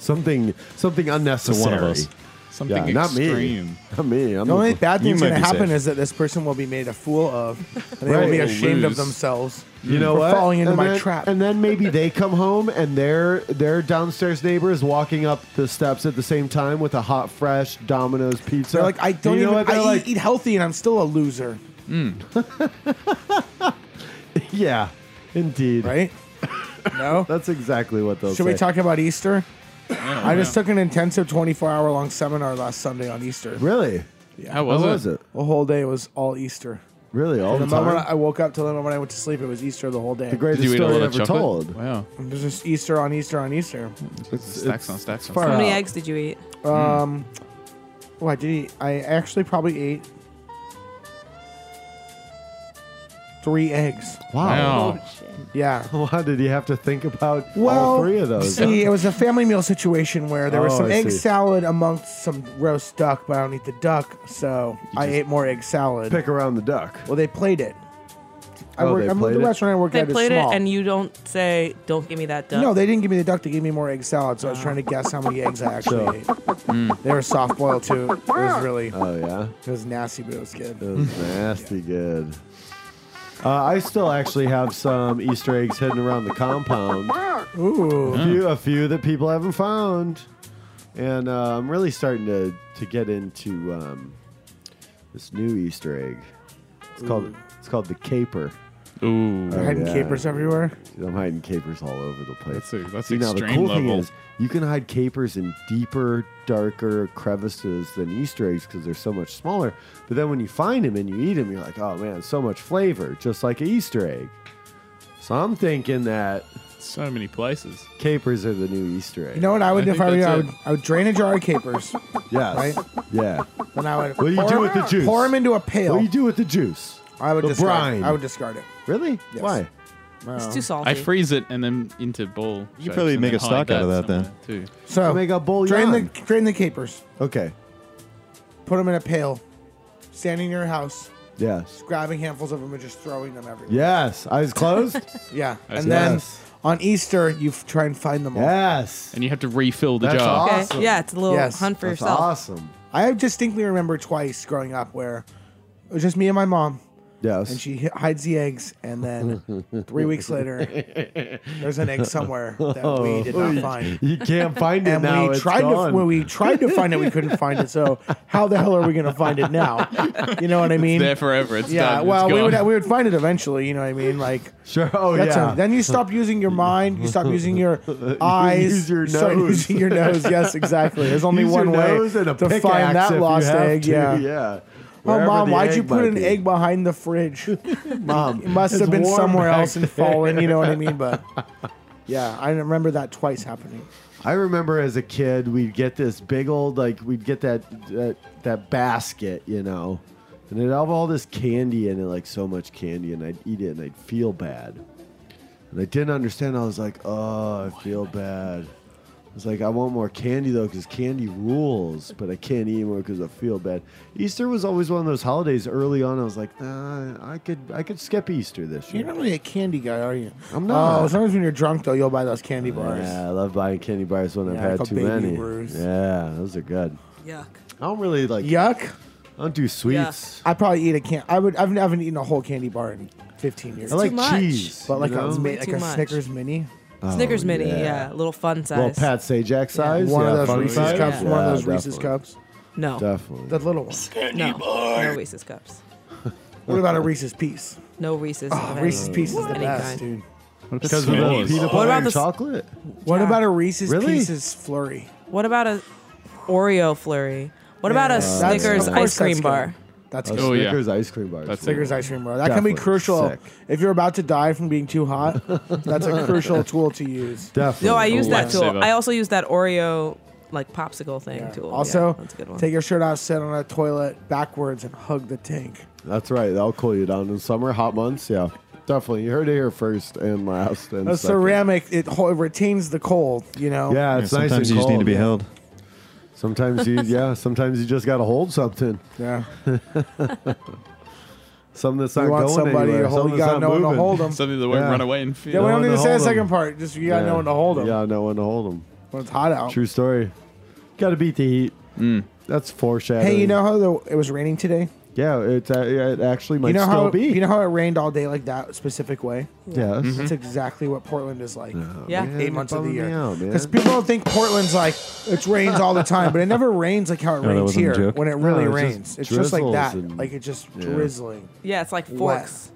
Speaker 3: something something unnecessary.
Speaker 5: one of us.
Speaker 6: Something
Speaker 3: yeah, not
Speaker 6: extreme.
Speaker 3: me. Not me. I'm
Speaker 4: The only bad
Speaker 5: You
Speaker 4: thing's
Speaker 5: might
Speaker 4: going to
Speaker 5: be
Speaker 4: happen
Speaker 5: safe.
Speaker 4: is that this person will be made a fool of, and they
Speaker 3: Right.
Speaker 4: will be
Speaker 3: Will
Speaker 4: ashamed of
Speaker 6: lose.
Speaker 4: themselves.
Speaker 3: you know
Speaker 4: for
Speaker 3: what?
Speaker 4: falling into
Speaker 3: and
Speaker 4: my
Speaker 3: then,
Speaker 4: trap.
Speaker 3: And then maybe they come home and their their downstairs neighbor is walking up the steps at the same time with a hot fresh Domino's pizza.
Speaker 4: They're like, I don't
Speaker 3: you know
Speaker 4: even.
Speaker 3: what?
Speaker 4: I
Speaker 3: They're
Speaker 4: eat-
Speaker 3: like,
Speaker 4: eat healthy, and I'm still
Speaker 3: [laughs]
Speaker 4: a loser,
Speaker 3: yeah, indeed.
Speaker 4: right? no.
Speaker 3: That's exactly what they'll
Speaker 4: Should
Speaker 3: say.
Speaker 4: we talk about Easter? I just took an intensive 24-hour-long seminar last Sunday on Easter.
Speaker 3: Really?
Speaker 6: How
Speaker 3: What
Speaker 6: was,
Speaker 3: was
Speaker 6: it?
Speaker 3: it?
Speaker 4: The whole day was all Easter.
Speaker 3: Really? All the,
Speaker 4: From the
Speaker 3: time.
Speaker 4: moment I woke up till the moment I went to sleep, it was Easter the whole day.
Speaker 3: the greatest
Speaker 6: Did you eat a
Speaker 3: story
Speaker 6: lot
Speaker 3: ever
Speaker 6: of chocolate?
Speaker 3: told.
Speaker 6: Wow.
Speaker 4: it was just Easter on Easter on Easter.
Speaker 3: It's,
Speaker 6: Stacks on stacks on
Speaker 3: far
Speaker 7: How many
Speaker 3: out.
Speaker 7: eggs did you eat?
Speaker 4: Um, Why did he? I actually probably ate three eggs.
Speaker 6: Wow.
Speaker 4: Yeah.
Speaker 3: Why did you have to think about
Speaker 4: Well,
Speaker 3: all three of
Speaker 4: [laughs]
Speaker 3: those?
Speaker 4: see, it was a family meal situation where there was
Speaker 3: Oh,
Speaker 4: some
Speaker 3: I
Speaker 4: egg
Speaker 3: see.
Speaker 4: salad amongst some roast duck, but I don't eat the duck, so I ate more egg salad.
Speaker 3: Pick around the duck.
Speaker 4: Well, they played it. I
Speaker 3: Oh,
Speaker 4: work,
Speaker 3: they
Speaker 4: I'm
Speaker 3: played
Speaker 4: the
Speaker 3: it?
Speaker 4: restaurant I work
Speaker 7: They
Speaker 4: at
Speaker 7: played
Speaker 4: is small.
Speaker 7: it, and you don't say, "Don't give me that duck."
Speaker 4: no, they didn't give me the duck. They gave me more egg salad, so I was trying to guess how many eggs I actually ate. They were soft boiled too. It was really, it
Speaker 3: Oh yeah,
Speaker 4: was nasty, but it was good.
Speaker 3: that
Speaker 4: [laughs]
Speaker 3: was nasty good. Uh, I still actually have some Easter eggs hidden around the compound.
Speaker 4: Ooh,
Speaker 3: A few, a few that people haven't found, and uh, I'm really starting to to get into um, this new Easter egg. It's called it's called the caper. Oh,
Speaker 6: Ooh.
Speaker 4: they're hiding
Speaker 3: yeah.
Speaker 4: capers everywhere.
Speaker 3: Dude, I'm hiding capers all over the place.
Speaker 6: That's a- that's
Speaker 3: See, now the
Speaker 6: extreme
Speaker 3: cool thing
Speaker 6: level.
Speaker 3: is you can hide capers in deeper, darker crevices than Easter eggs because they're so much smaller. But then when you find them and you eat them, you're like, oh man, so much flavor, just like an Easter egg. So I'm thinking that
Speaker 6: So many places.
Speaker 3: capers are the new Easter egg.
Speaker 4: You know what I would
Speaker 6: I
Speaker 4: if I were
Speaker 6: think
Speaker 4: you? I
Speaker 6: that's
Speaker 4: would, I would drain a jar of capers,
Speaker 3: yes.
Speaker 4: right?
Speaker 3: Yeah.
Speaker 4: Then I would
Speaker 3: What do you
Speaker 4: pour,
Speaker 3: do with the juice?
Speaker 4: pour 'em into a pail.
Speaker 3: What do you do with the juice?
Speaker 4: I would
Speaker 3: the
Speaker 4: discard.
Speaker 3: brine?
Speaker 4: I would discard it.
Speaker 3: Really?
Speaker 4: Yes.
Speaker 3: Why?
Speaker 7: it's too salty.
Speaker 6: I freeze it and then into ball.
Speaker 5: You
Speaker 6: shapes
Speaker 5: probably
Speaker 6: and
Speaker 5: make
Speaker 6: then
Speaker 5: a stock
Speaker 6: hide
Speaker 5: out of that then.
Speaker 6: somewhere, Too.
Speaker 4: So
Speaker 3: Make a bouillon.
Speaker 4: drain the drain the capers.
Speaker 3: Okay.
Speaker 4: Put them in a pail. Standing in your house,
Speaker 3: Yes.
Speaker 4: grabbing handfuls of them and just throwing them everywhere.
Speaker 3: Yes. Eyes
Speaker 4: [laughs]
Speaker 3: closed?
Speaker 4: Yeah.
Speaker 6: I see.
Speaker 4: And then
Speaker 3: Yes.
Speaker 4: on Easter, you f- try and find them all.
Speaker 3: yes.
Speaker 6: And you have to refill the
Speaker 3: That's
Speaker 6: jar.
Speaker 3: awesome.
Speaker 7: okay. Yeah, it's a little
Speaker 4: Yes,
Speaker 7: hunt for
Speaker 3: That's
Speaker 7: yourself.
Speaker 3: awesome.
Speaker 4: I distinctly remember twice growing up where it was just me and my mom,
Speaker 3: Yes.
Speaker 4: and she hi- hides the eggs, and then
Speaker 3: [laughs]
Speaker 4: three weeks later, there's an egg somewhere that
Speaker 3: [laughs]
Speaker 4: we did not find.
Speaker 3: You can't find it
Speaker 4: And
Speaker 3: Oh. now.
Speaker 4: we
Speaker 3: it's
Speaker 4: tried
Speaker 3: gone.
Speaker 4: to when we tried to find it, we couldn't find it. So how the hell are we going to find it now? You know what I mean?
Speaker 6: There forever. It's
Speaker 4: yeah.
Speaker 6: done. It's
Speaker 4: well, we
Speaker 6: gone.
Speaker 4: would we would find it eventually. You know what I mean? Like
Speaker 3: sure. Oh
Speaker 4: That's
Speaker 3: yeah.
Speaker 4: it. Then you stop using your mind. You stop
Speaker 3: [laughs]
Speaker 4: using your eyes.
Speaker 3: use your
Speaker 4: you start
Speaker 3: nose.
Speaker 4: using your nose. Yes,
Speaker 3: [laughs]
Speaker 4: exactly. There's only
Speaker 3: Use
Speaker 4: one
Speaker 3: your
Speaker 4: way
Speaker 3: nose and a
Speaker 4: to
Speaker 3: pickaxe
Speaker 4: find
Speaker 3: if
Speaker 4: that
Speaker 3: you
Speaker 4: lost
Speaker 3: have
Speaker 4: egg.
Speaker 3: to, [laughs]
Speaker 4: yeah.
Speaker 3: yeah.
Speaker 4: Oh,
Speaker 3: Wherever
Speaker 4: mom,
Speaker 3: the
Speaker 4: why'd you
Speaker 3: egg
Speaker 4: put
Speaker 3: might
Speaker 4: an
Speaker 3: be.
Speaker 4: egg behind the [laughs] fridge? It
Speaker 3: Mom,
Speaker 4: must
Speaker 3: it's
Speaker 4: have been
Speaker 3: warm
Speaker 4: somewhere
Speaker 3: back
Speaker 4: else and fallen. You know what I
Speaker 3: [laughs]
Speaker 4: mean? But yeah, I remember that twice happening.
Speaker 3: I remember as a kid, we'd get this big old like we'd get that that, that basket, you know, and it'd have all this candy in it, like so much candy, and I'd eat it and I'd feel bad, and I didn't understand. I was like, oh, I feel bad. I was like, I want more candy though, because candy rules, but I can't eat more because I feel bad. Easter was always one of those holidays. Early on, I was like, nah, I could I could skip Easter this year.
Speaker 4: You're not really a candy guy, are you?
Speaker 3: I'm not.
Speaker 4: Oh, sometimes when you're drunk, though, you'll buy those candy bars.
Speaker 3: Yeah, I love buying candy bars when I've
Speaker 4: Yeah,
Speaker 3: had
Speaker 4: like a
Speaker 3: too
Speaker 4: baby
Speaker 3: many.
Speaker 4: Ruth.
Speaker 3: Yeah, those are good.
Speaker 7: Yuck.
Speaker 3: I don't really like.
Speaker 4: Yuck!
Speaker 3: I don't do sweets.
Speaker 4: I probably eat a can. I would. I've never eaten a whole candy bar in 15 years.
Speaker 3: I like
Speaker 7: too much.
Speaker 3: cheese,
Speaker 4: but like
Speaker 3: you know?
Speaker 4: a mi-
Speaker 7: Way
Speaker 4: like
Speaker 7: too
Speaker 4: a
Speaker 7: much.
Speaker 4: Snickers mini.
Speaker 7: Snickers mini,
Speaker 3: yeah.
Speaker 7: yeah. a little fun size.
Speaker 3: little Pat Sajak size.
Speaker 4: one
Speaker 3: yeah,
Speaker 4: of those
Speaker 3: fun
Speaker 4: Reese's
Speaker 3: size.
Speaker 4: cups. one
Speaker 3: Yeah,
Speaker 4: of those Reese's
Speaker 3: definitely.
Speaker 4: cups.
Speaker 7: no,
Speaker 3: Definitely.
Speaker 4: The little one.
Speaker 7: no, no Reese's cups,
Speaker 4: What about a Reese's piece?
Speaker 7: no Reese's.
Speaker 4: A
Speaker 7: of any-
Speaker 4: Oh, Reese's piece is the
Speaker 7: any
Speaker 4: best,
Speaker 7: kind.
Speaker 4: dude.
Speaker 3: because of the
Speaker 6: S'mores.
Speaker 3: peanut
Speaker 7: What
Speaker 3: butter
Speaker 7: about
Speaker 3: and
Speaker 7: the s-
Speaker 3: chocolate.
Speaker 4: What
Speaker 7: Yeah.
Speaker 4: about a Reese's
Speaker 3: Really?
Speaker 4: pieces flurry?
Speaker 7: What about a Oreo flurry? What about a
Speaker 4: That's-
Speaker 7: Snickers
Speaker 4: of course
Speaker 7: ice cream
Speaker 4: that's
Speaker 7: bar?
Speaker 4: Good. That's
Speaker 3: A
Speaker 4: good.
Speaker 6: Oh, yeah.
Speaker 3: Snickers ice cream bar.
Speaker 6: That's
Speaker 4: Snickers ice cream bar. That can be
Speaker 3: Definitely
Speaker 4: crucial
Speaker 3: sick.
Speaker 4: if you're about to die from being
Speaker 3: [laughs]
Speaker 4: too hot. That's a crucial tool to use.
Speaker 3: Definitely.
Speaker 7: No, I use that tool.
Speaker 6: Lifesaver.
Speaker 7: I also use that Oreo like popsicle thing tool.
Speaker 4: Also,
Speaker 7: Yeah, that's a good one.
Speaker 4: take your shirt off, sit on a toilet backwards, and hug the tank.
Speaker 3: That's right. That'll cool you down in summer, hot months. Yeah, definitely. You heard it here first and last. And
Speaker 4: A
Speaker 3: second.
Speaker 4: ceramic, it, ho- it retains the cold. You know.
Speaker 3: Yeah,
Speaker 5: Yeah,
Speaker 3: it's nice.
Speaker 5: sometimes
Speaker 3: and
Speaker 5: you just need to
Speaker 3: cold.
Speaker 5: be held.
Speaker 3: Sometimes you, yeah. Sometimes you just got to hold something.
Speaker 4: Yeah.
Speaker 3: Something that's not
Speaker 4: You want
Speaker 3: going
Speaker 4: somebody
Speaker 3: anywhere.
Speaker 4: to hold.
Speaker 3: Something
Speaker 4: You
Speaker 3: that's not
Speaker 4: gotta know when to
Speaker 3: moving.
Speaker 4: hold them.
Speaker 6: Something that won't
Speaker 3: Yeah.
Speaker 6: run away and
Speaker 4: Yeah, we
Speaker 6: feel.
Speaker 3: know
Speaker 4: don't
Speaker 3: when
Speaker 4: need to
Speaker 3: to
Speaker 4: say the
Speaker 3: hold 'em.
Speaker 4: second part. Just you gotta know when to hold them
Speaker 3: Yeah, I know when to hold them.
Speaker 4: when it's hot out.
Speaker 3: True story. Got to beat the heat.
Speaker 6: Mm.
Speaker 3: That's foreshadowing.
Speaker 4: Hey, you know how the, it was raining today?
Speaker 3: Yeah, it's uh, yeah, it actually might
Speaker 4: you know
Speaker 3: still
Speaker 4: how
Speaker 3: be.
Speaker 4: you know how it rained all day like that specific way.
Speaker 3: yes.
Speaker 6: Mm-hmm.
Speaker 4: That's exactly what Portland is like.
Speaker 7: yeah,
Speaker 3: man.
Speaker 4: Eight months of the
Speaker 3: bumming me
Speaker 4: year,
Speaker 3: out, man.
Speaker 4: because people don't think Portland's like it rains all the time, but it never rains like how it
Speaker 5: that
Speaker 4: rains
Speaker 5: wasn't a
Speaker 4: here
Speaker 5: joke.
Speaker 4: when it really
Speaker 3: No, it's just
Speaker 4: rains. it's just like
Speaker 3: drizzles
Speaker 4: that,
Speaker 3: and-
Speaker 4: like it's just
Speaker 3: Yeah.
Speaker 4: drizzling.
Speaker 7: yeah, it's like forks.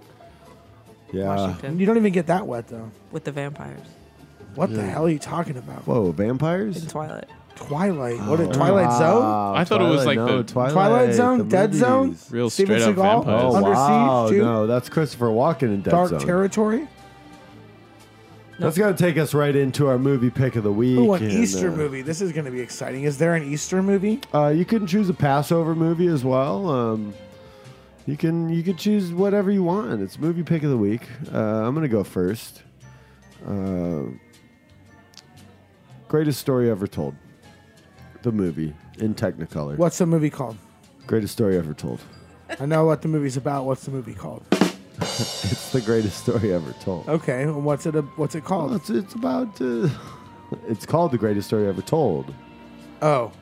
Speaker 3: Yeah.
Speaker 7: Washington
Speaker 4: You don't even get that wet though.
Speaker 7: with the vampires
Speaker 4: What the hell are you talking about?
Speaker 3: Whoa, vampires. Oh,
Speaker 7: in Twilight.
Speaker 4: Twilight? What? a Twilight Zone?
Speaker 3: Wow,
Speaker 6: I thought it was
Speaker 3: Twilight,
Speaker 6: like
Speaker 3: no,
Speaker 6: the-
Speaker 3: Ah. Twilight,
Speaker 4: Twilight Zone?
Speaker 3: the
Speaker 4: Dead
Speaker 3: movies.
Speaker 4: Zone?
Speaker 6: Real
Speaker 4: Steven
Speaker 6: straight up
Speaker 4: Seagal?
Speaker 6: vampires.
Speaker 3: Oh
Speaker 4: Under Siege,
Speaker 3: wow,
Speaker 4: too?
Speaker 3: no, that's Christopher Walken in Dead
Speaker 4: Dark
Speaker 3: Zone.
Speaker 4: Territory?
Speaker 3: That's going to take us right into our movie pick of the week.
Speaker 4: Ooh, an
Speaker 3: and,
Speaker 4: Easter
Speaker 3: uh,
Speaker 4: movie. This is going to be exciting. Is there an Easter movie?
Speaker 3: Uh, you can choose a Passover movie as well. Um, you can you can choose whatever you want. It's movie pick of the week. Uh, I'm gonna go first. Uh, greatest story ever told. The movie in Technicolor.
Speaker 4: What's the movie called?
Speaker 3: Greatest story ever told.
Speaker 4: I know what the movie's about. What's the movie called?
Speaker 3: It's the greatest [laughs] story ever told.
Speaker 4: Okay, and what's it? What's it
Speaker 3: Well,
Speaker 4: called?
Speaker 3: it's, it's about. Uh, [laughs] it's called the greatest story ever told.
Speaker 4: Oh.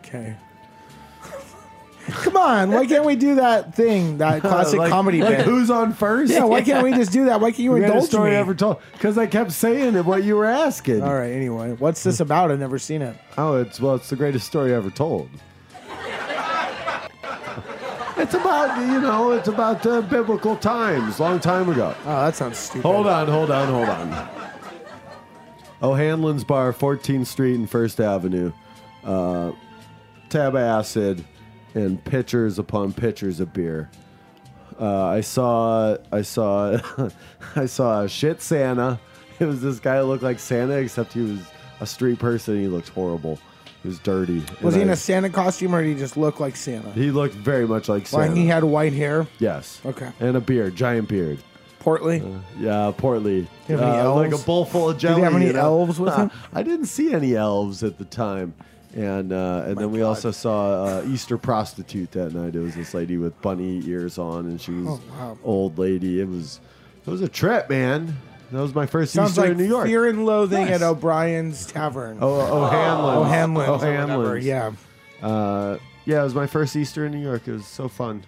Speaker 4: Okay. Come on! Why can't we do that thing? [laughs] That classic
Speaker 3: Like-
Speaker 4: comedy
Speaker 3: like
Speaker 4: bit.
Speaker 3: Who's on first? [laughs]
Speaker 4: yeah, why can't we just do that? Why can't you
Speaker 3: Greatest
Speaker 4: indulge
Speaker 3: story
Speaker 4: me?
Speaker 3: ever told. Because I kept saying it, what you were asking.
Speaker 4: [laughs] All right. Anyway, what's this about? I've never seen it.
Speaker 3: Oh, it's well, it's the greatest story ever told. it's about you know, it's about uh, biblical times, long time ago.
Speaker 4: Oh, that sounds stupid.
Speaker 3: Hold on, hold on, hold on. O'Hanlon's Bar, 14th Street and First Avenue. Uh, tab acid and pitchers upon pitchers of beer. Uh, I saw, I saw, [laughs] I saw a shit Santa. It was this guy who looked like Santa, except he was a street person. and He looked horrible. He was dirty.
Speaker 4: Was
Speaker 3: And
Speaker 4: he in
Speaker 3: I-
Speaker 4: a Santa costume or did he just look like Santa?
Speaker 3: He looked very much like Santa.
Speaker 4: Like he had white hair,
Speaker 3: yes.
Speaker 4: Okay.
Speaker 3: And a beard, giant beard.
Speaker 4: portly.
Speaker 3: Yeah, portly.
Speaker 4: Do you have any
Speaker 3: Uh, like a
Speaker 4: elves?
Speaker 3: bowl full of
Speaker 4: he
Speaker 3: jelly.
Speaker 4: have any
Speaker 3: you know?
Speaker 4: elves with him?
Speaker 3: I didn't see any elves at the time. And uh, and then we also saw uh, Easter prostitute that night. It was this lady with bunny ears on, and she was
Speaker 4: Oh, wow.
Speaker 3: old lady. It was it was a trip, man. That was my first
Speaker 4: Sounds
Speaker 3: Easter
Speaker 4: like
Speaker 3: in New York.
Speaker 4: Fear and Loathing
Speaker 3: Nice.
Speaker 4: at O'Brien's Tavern.
Speaker 3: oh, O'Hanlon.
Speaker 4: O'Hanlon's. or whatever,
Speaker 3: O'Hanlon's.
Speaker 4: Yeah.
Speaker 3: Uh, yeah, it was my first Easter in New York. It was so fun.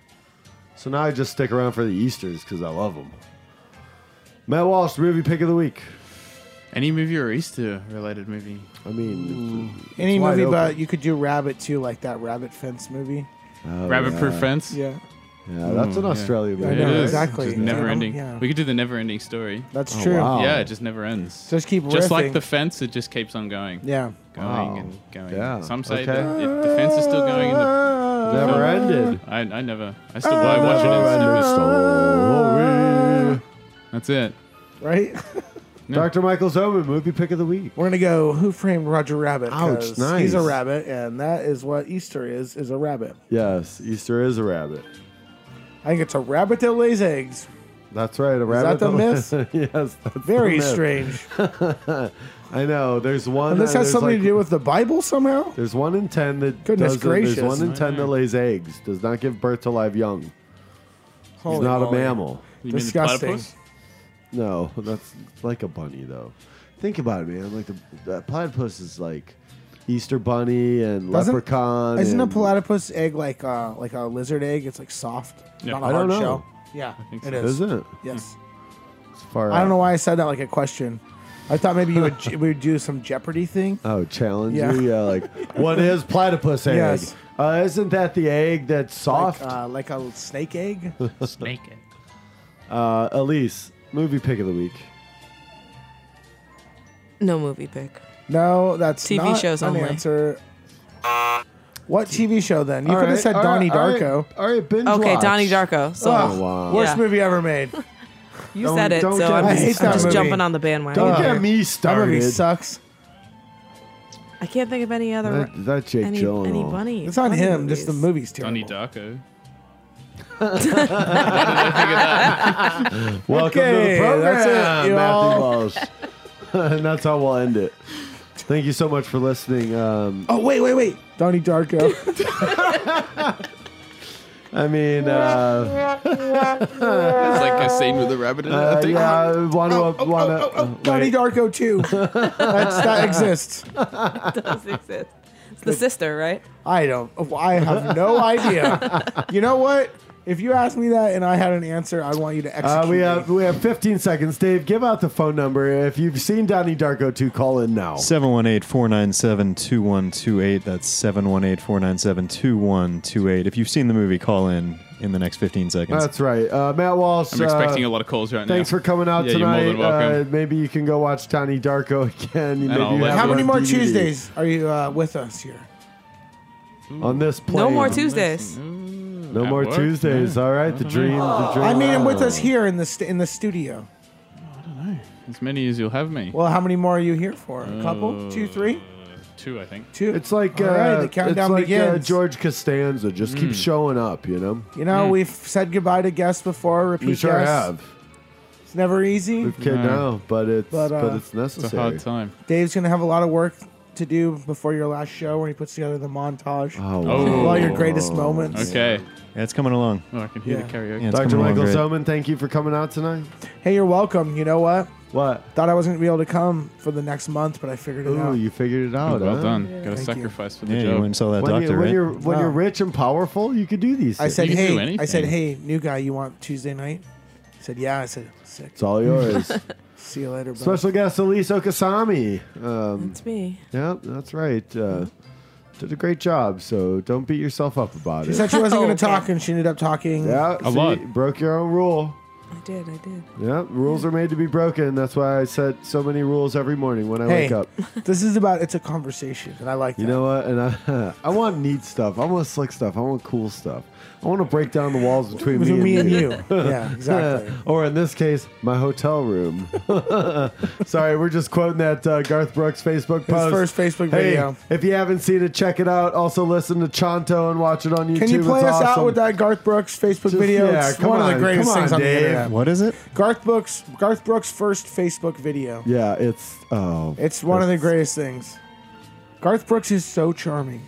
Speaker 3: So now I just stick around for the Easters because I love them. Matt Walsh, movie pick of the week.
Speaker 6: Any movie or Easter related movie?
Speaker 3: I mean, it's-
Speaker 4: Any
Speaker 3: it's wide
Speaker 4: movie,
Speaker 3: open.
Speaker 4: but you could do Rabbit too, like that Rabbit Fence movie.
Speaker 5: Oh,
Speaker 6: Rabbit Proof Fence?
Speaker 4: Yeah.
Speaker 3: Oh, yeah, that's
Speaker 4: Mm,
Speaker 3: an Australian
Speaker 4: I
Speaker 6: It
Speaker 3: movie.
Speaker 4: know,
Speaker 6: is.
Speaker 4: exactly.
Speaker 6: Just
Speaker 4: Yeah.
Speaker 6: never
Speaker 4: Yeah.
Speaker 6: ending.
Speaker 4: Yeah.
Speaker 6: We could do the never ending story.
Speaker 4: That's true.
Speaker 3: Oh,
Speaker 5: Oh.
Speaker 3: wow.
Speaker 6: Yeah, it just never ends.
Speaker 4: Just keep
Speaker 6: Just like
Speaker 4: riffing.
Speaker 6: the fence, it just keeps on going.
Speaker 4: Yeah.
Speaker 6: Going
Speaker 3: Wow.
Speaker 6: and going.
Speaker 3: Yeah.
Speaker 6: Some say
Speaker 3: Okay.
Speaker 6: that it, the fence is still
Speaker 4: Ah.
Speaker 6: going. And the,
Speaker 3: Never ended.
Speaker 6: I, I never. I still I watch it.
Speaker 4: Uh,
Speaker 6: and it's never- That's it.
Speaker 4: Right?
Speaker 3: [laughs] Dr. Michael Zoman, movie pick of the week.
Speaker 4: We're gonna go. Who framed Roger Rabbit?
Speaker 3: Ouch,
Speaker 4: 'cause
Speaker 3: nice.
Speaker 4: He's a rabbit, and that is what Easter is. Is a rabbit.
Speaker 3: Yes, Easter is a rabbit.
Speaker 4: I think it's a rabbit that lays eggs.
Speaker 3: That's right, a rabbit.
Speaker 4: that the
Speaker 3: [laughs] yes, that's the
Speaker 4: Very
Speaker 3: myth. [laughs]
Speaker 4: strange.
Speaker 3: I know. There's one.
Speaker 4: And this
Speaker 3: uh,
Speaker 4: has
Speaker 3: there's
Speaker 4: something
Speaker 3: like-
Speaker 4: to do with the Bible somehow.
Speaker 3: There's one in ten that
Speaker 4: Goodness
Speaker 3: doesn't-
Speaker 4: gracious. Mm.
Speaker 3: There's one in ten that lays eggs. Does not give birth to live young. He's
Speaker 4: Holy
Speaker 3: not
Speaker 4: moly.
Speaker 3: a mammal.
Speaker 6: You mean the
Speaker 4: Disgusting.
Speaker 6: platypus?
Speaker 3: No, that's like a bunny though. Think about it, man. Like the, the platypus is like Easter bunny and
Speaker 4: Doesn't-
Speaker 3: leprechaun.
Speaker 4: Isn't a
Speaker 3: and-
Speaker 4: platypus egg like uh, like a lizard egg? It's like soft,
Speaker 6: Yeah.
Speaker 4: not a
Speaker 3: I don't
Speaker 4: hard
Speaker 3: know.
Speaker 4: shell. Yeah,
Speaker 6: think
Speaker 4: it
Speaker 6: so.
Speaker 4: is.
Speaker 3: Is it? Hmm.
Speaker 4: Yes.
Speaker 3: It's far
Speaker 4: I don't
Speaker 3: out.
Speaker 4: know why I said that like a question. I thought maybe
Speaker 3: [laughs]
Speaker 4: you would we would do some Jeopardy thing.
Speaker 3: Oh, challenge
Speaker 4: Yeah.
Speaker 3: you? Yeah, like what is platypus egg?
Speaker 4: Yes.
Speaker 3: Uh, isn't that the egg that's soft?
Speaker 4: Like, uh, like a snake egg?
Speaker 6: Snake it.
Speaker 3: uh, Elise, movie pick of the week.
Speaker 7: No movie pick.
Speaker 4: No, that's
Speaker 7: TV
Speaker 4: not
Speaker 7: shows
Speaker 4: an
Speaker 7: only.
Speaker 4: answer. What TV show then? You
Speaker 3: All
Speaker 4: could
Speaker 3: right,
Speaker 4: have said
Speaker 3: all
Speaker 4: Donnie
Speaker 3: right, all right,
Speaker 4: Darko.
Speaker 3: All right, binge
Speaker 7: Okay,
Speaker 3: watch.
Speaker 7: Donnie Darko. So
Speaker 3: Oh, wow.
Speaker 4: Worst
Speaker 7: Yeah.
Speaker 4: movie ever made.
Speaker 7: you
Speaker 3: don't-
Speaker 7: said it,
Speaker 3: don't
Speaker 7: so
Speaker 3: get-
Speaker 7: I'm,
Speaker 3: I
Speaker 7: just-
Speaker 3: hate
Speaker 7: I'm
Speaker 3: that
Speaker 7: just
Speaker 4: movie.
Speaker 7: jumping on the bandwagon.
Speaker 3: Don't
Speaker 4: Uh,
Speaker 3: get me
Speaker 4: That movie
Speaker 3: started.
Speaker 4: sucks.
Speaker 7: I can't think of any other
Speaker 3: That, that Jake
Speaker 7: any,
Speaker 3: Gyllenhaal.
Speaker 7: any bunny.
Speaker 4: It's not
Speaker 7: bunny
Speaker 4: him,
Speaker 7: movies.
Speaker 4: just the movie's terrible.
Speaker 6: Donnie Darko.
Speaker 3: Welcome to
Speaker 4: Okay,
Speaker 3: the program,
Speaker 4: that's it,
Speaker 6: Ah,
Speaker 3: Matthew
Speaker 4: y'all.
Speaker 3: Walsh. [laughs] and that's how we'll end it. Thank you so much for listening. Um,
Speaker 4: Oh wait, wait, wait. Donnie Darko.
Speaker 3: [laughs]
Speaker 4: [laughs]
Speaker 3: I mean, uh,
Speaker 6: It's like a scene with a rabbit in it. I
Speaker 3: uh,
Speaker 6: think.
Speaker 3: yeah, I want to,
Speaker 4: oh,
Speaker 3: want to.
Speaker 4: Donnie
Speaker 3: [laughs]
Speaker 4: Darko too. That's, that exists.
Speaker 7: It does exist. It's the sister, right?
Speaker 4: I don't. oh, I have no idea. You know what? If you asked me that and I had an answer, I want you to execute.
Speaker 3: Uh, we
Speaker 4: me.
Speaker 3: have we have 15 seconds, Dave. Give out the phone number if you've seen Donnie Darko 2. Call in now.
Speaker 5: 718 497 2128. That's 718 497 2128. If you've seen the movie, call in in the next 15 seconds.
Speaker 3: That's right, uh, Matt Walsh.
Speaker 6: I'm expecting
Speaker 3: uh,
Speaker 6: a lot of calls right now.
Speaker 3: Thanks for coming out
Speaker 6: Yeah, you're more
Speaker 3: tonight.
Speaker 6: than welcome.
Speaker 3: Uh, maybe you can go watch Donnie Darko [laughs] again. Maybe
Speaker 6: I'll
Speaker 3: you
Speaker 6: let
Speaker 3: have
Speaker 4: How
Speaker 3: it
Speaker 4: many
Speaker 3: on
Speaker 4: more
Speaker 3: DVD.
Speaker 4: Tuesdays are you uh, with us here?
Speaker 3: on this plane?
Speaker 7: No more Tuesdays.
Speaker 3: No
Speaker 6: At
Speaker 3: more
Speaker 6: work?
Speaker 3: Tuesdays. All right, the dream. The dream.
Speaker 4: I mean, him with us here in the st- in the studio.
Speaker 6: As many as you'll have me.
Speaker 4: Well, how many more are you here for? A
Speaker 3: Mm.
Speaker 4: couple? Two, three?
Speaker 6: Two, I think.
Speaker 4: Two?
Speaker 3: It's like
Speaker 4: All right,
Speaker 3: uh,
Speaker 4: the countdown
Speaker 3: it's like
Speaker 4: begins.
Speaker 3: Uh, George Hmm. Costanza just keeps
Speaker 6: Hmm.
Speaker 3: showing up, you know.
Speaker 4: You know, we've said goodbye to guests before. Repeat
Speaker 3: We sure
Speaker 4: guests.
Speaker 3: have.
Speaker 4: It's never easy.
Speaker 3: We've kid
Speaker 6: No.
Speaker 3: now, but it's
Speaker 4: But,
Speaker 3: but,
Speaker 4: uh,
Speaker 3: it's
Speaker 6: It's
Speaker 3: necessary.
Speaker 6: a hard time.
Speaker 4: Dave's gonna have a lot of work to do before your last show when he puts together the montage
Speaker 3: Oh,
Speaker 6: Oh.
Speaker 4: of all your greatest moments.
Speaker 6: Okay.
Speaker 5: Yeah, it's coming along.
Speaker 6: Oh, I can hear
Speaker 4: Yeah.
Speaker 6: the karaoke.
Speaker 5: Yeah, it's
Speaker 3: Dr.
Speaker 5: coming along
Speaker 3: Michael
Speaker 5: great.
Speaker 3: Zoman, thank you for coming out tonight.
Speaker 4: Hey, you're welcome. You know what?
Speaker 3: What?
Speaker 4: Thought I wasn't gonna be able to come for the next month, but I figured it
Speaker 3: Ooh,
Speaker 4: out.
Speaker 3: you figured it out.
Speaker 6: Well
Speaker 3: huh?
Speaker 6: done. Got to
Speaker 4: Thank you.
Speaker 6: sacrifice for the
Speaker 5: Yeah, you
Speaker 6: job.
Speaker 5: went and saw that
Speaker 3: When,
Speaker 5: doctor,
Speaker 3: you, when
Speaker 5: right?
Speaker 3: you're when
Speaker 4: No.
Speaker 3: you're rich and powerful, you could do these.
Speaker 4: I
Speaker 3: things.
Speaker 4: said,
Speaker 6: You can do
Speaker 4: hey. I said, hey, new guy. You want Tuesday night? He said, yeah. I said, sick.
Speaker 3: it's all
Speaker 4: [laughs]
Speaker 3: yours.
Speaker 4: See you later, bro.
Speaker 3: Special guest Elise Okasami. Um,
Speaker 7: It's me.
Speaker 3: yeah, that's right. Uh, did a great job. So don't beat yourself up about
Speaker 4: She
Speaker 3: it.
Speaker 4: said she
Speaker 3: [laughs]
Speaker 4: wasn't gonna
Speaker 7: Okay.
Speaker 4: talk, and she ended up talking.
Speaker 3: yeah,
Speaker 6: A
Speaker 3: see,
Speaker 6: lot.
Speaker 3: broke your own rule.
Speaker 7: I did. I did.
Speaker 3: Yeah, rules are made to be broken. That's why I set so many rules every morning when I
Speaker 4: Hey.
Speaker 3: wake up.
Speaker 4: [laughs] This is about it's a conversation, and I like that.
Speaker 3: You know what? And I, [laughs] I want neat stuff. I want slick stuff. I want cool stuff. I want to break down the walls between me,
Speaker 4: between me and
Speaker 3: you. [laughs]
Speaker 4: you. yeah, exactly.
Speaker 3: or in this case, my hotel room. [laughs] Sorry, we're just quoting that uh, Garth Brooks Facebook
Speaker 4: His
Speaker 3: post.
Speaker 4: first Facebook
Speaker 3: hey,
Speaker 4: video.
Speaker 3: if you haven't seen it, check it out. Also, listen to Chanto and watch it on YouTube.
Speaker 4: Can you play
Speaker 3: it's
Speaker 4: us
Speaker 3: awesome.
Speaker 4: out with that Garth Brooks Facebook
Speaker 3: Just-
Speaker 4: video?
Speaker 3: yeah,
Speaker 4: it's
Speaker 3: come
Speaker 4: one of
Speaker 3: on,
Speaker 4: the greatest
Speaker 3: come on,
Speaker 4: things on
Speaker 3: Dave.
Speaker 4: the internet.
Speaker 5: What is it?
Speaker 4: Garth Brooks, Garth Brooks' first Facebook video.
Speaker 3: Yeah, it's oh,
Speaker 4: It's one of the greatest things. Garth Brooks is so charming.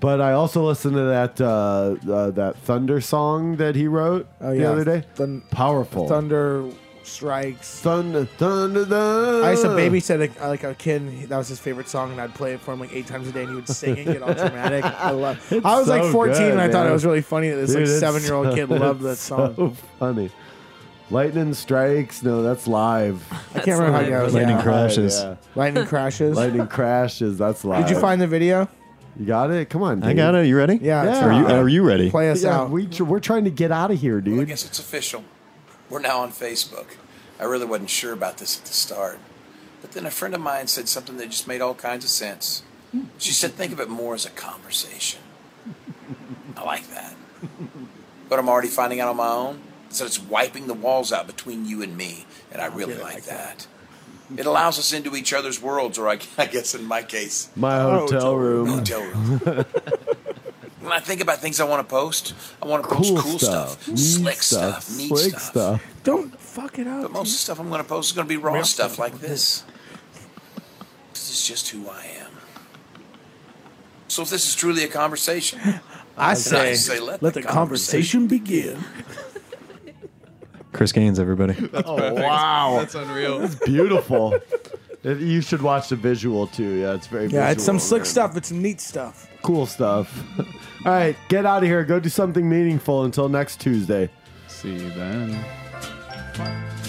Speaker 3: But I also listened to that uh, uh, that thunder song that he wrote
Speaker 4: Oh,
Speaker 3: the
Speaker 4: yeah.
Speaker 3: other day.
Speaker 4: Thun-
Speaker 3: Powerful.
Speaker 4: Thunder strikes.
Speaker 3: thunder, thunder, thunder.
Speaker 4: I used to babysit a, like a kid. and That was his favorite song, and I'd play it for him like eight times a day, and he would sing it, get
Speaker 3: [laughs]
Speaker 4: all dramatic. I love. I was like
Speaker 3: so
Speaker 4: 14,
Speaker 3: good,
Speaker 4: and I thought
Speaker 3: man.
Speaker 4: it was really funny that this
Speaker 3: Dude,
Speaker 4: like
Speaker 3: it's
Speaker 4: seven year old
Speaker 3: so- [laughs]
Speaker 4: kid loved that
Speaker 3: it's
Speaker 4: song.
Speaker 3: So funny. Lightning strikes. No, that's
Speaker 4: [laughs]
Speaker 3: live.
Speaker 4: I can't remember how it goes.
Speaker 5: Lightning
Speaker 4: Yeah.
Speaker 5: crash. Crashes.
Speaker 3: Live, yeah.
Speaker 4: Lightning crashes.
Speaker 3: Lightning crashes. That's live.
Speaker 4: Did you find the video?
Speaker 3: You got it. Come on. Dude.
Speaker 5: I got it. You ready?
Speaker 4: Yeah. it's
Speaker 3: Yeah.
Speaker 5: Are you
Speaker 4: on.
Speaker 5: Are you ready?
Speaker 4: Play us
Speaker 3: Yeah,
Speaker 4: out.
Speaker 3: we tr- we're trying to get out of here,
Speaker 10: Well, I
Speaker 3: dude.
Speaker 10: guess it's official. We're now on Facebook. I really wasn't sure about this at the start. But then a friend of mine said something that just made all kinds of sense. She said, think of it more as a conversation. I like that. But I'm already finding out on my own. So it's wiping the walls out between you and me. And I really, like, that. It allows us into each other's worlds, or I, [laughs] I guess in my case,
Speaker 3: My hotel room.
Speaker 10: hotel room. when I think about things I want to post, I want to post
Speaker 3: Cool,
Speaker 10: cool,
Speaker 3: stuff.
Speaker 10: stuff,
Speaker 3: Neat
Speaker 10: slick stuff, neat
Speaker 3: slick
Speaker 10: stuff.
Speaker 3: stuff.
Speaker 4: Don't fuck it up.
Speaker 10: But most of the stuff I'm going to post is going to be raw stuff like this. This is just who I am. So if this is truly a conversation,
Speaker 4: I
Speaker 10: then I
Speaker 4: say,
Speaker 10: say let,
Speaker 4: let the conversation begin.
Speaker 5: Chris Gaines, everybody.
Speaker 3: Oh, wow.
Speaker 6: That's [laughs] unreal.
Speaker 3: beautiful. If- you should watch the visual too. Yeah, it's very
Speaker 4: Yeah, it's some
Speaker 3: visual.
Speaker 4: slick stuff. It's neat stuff.
Speaker 3: cool stuff. All right, get out of here. Go do something meaningful until next Tuesday.
Speaker 6: See you then.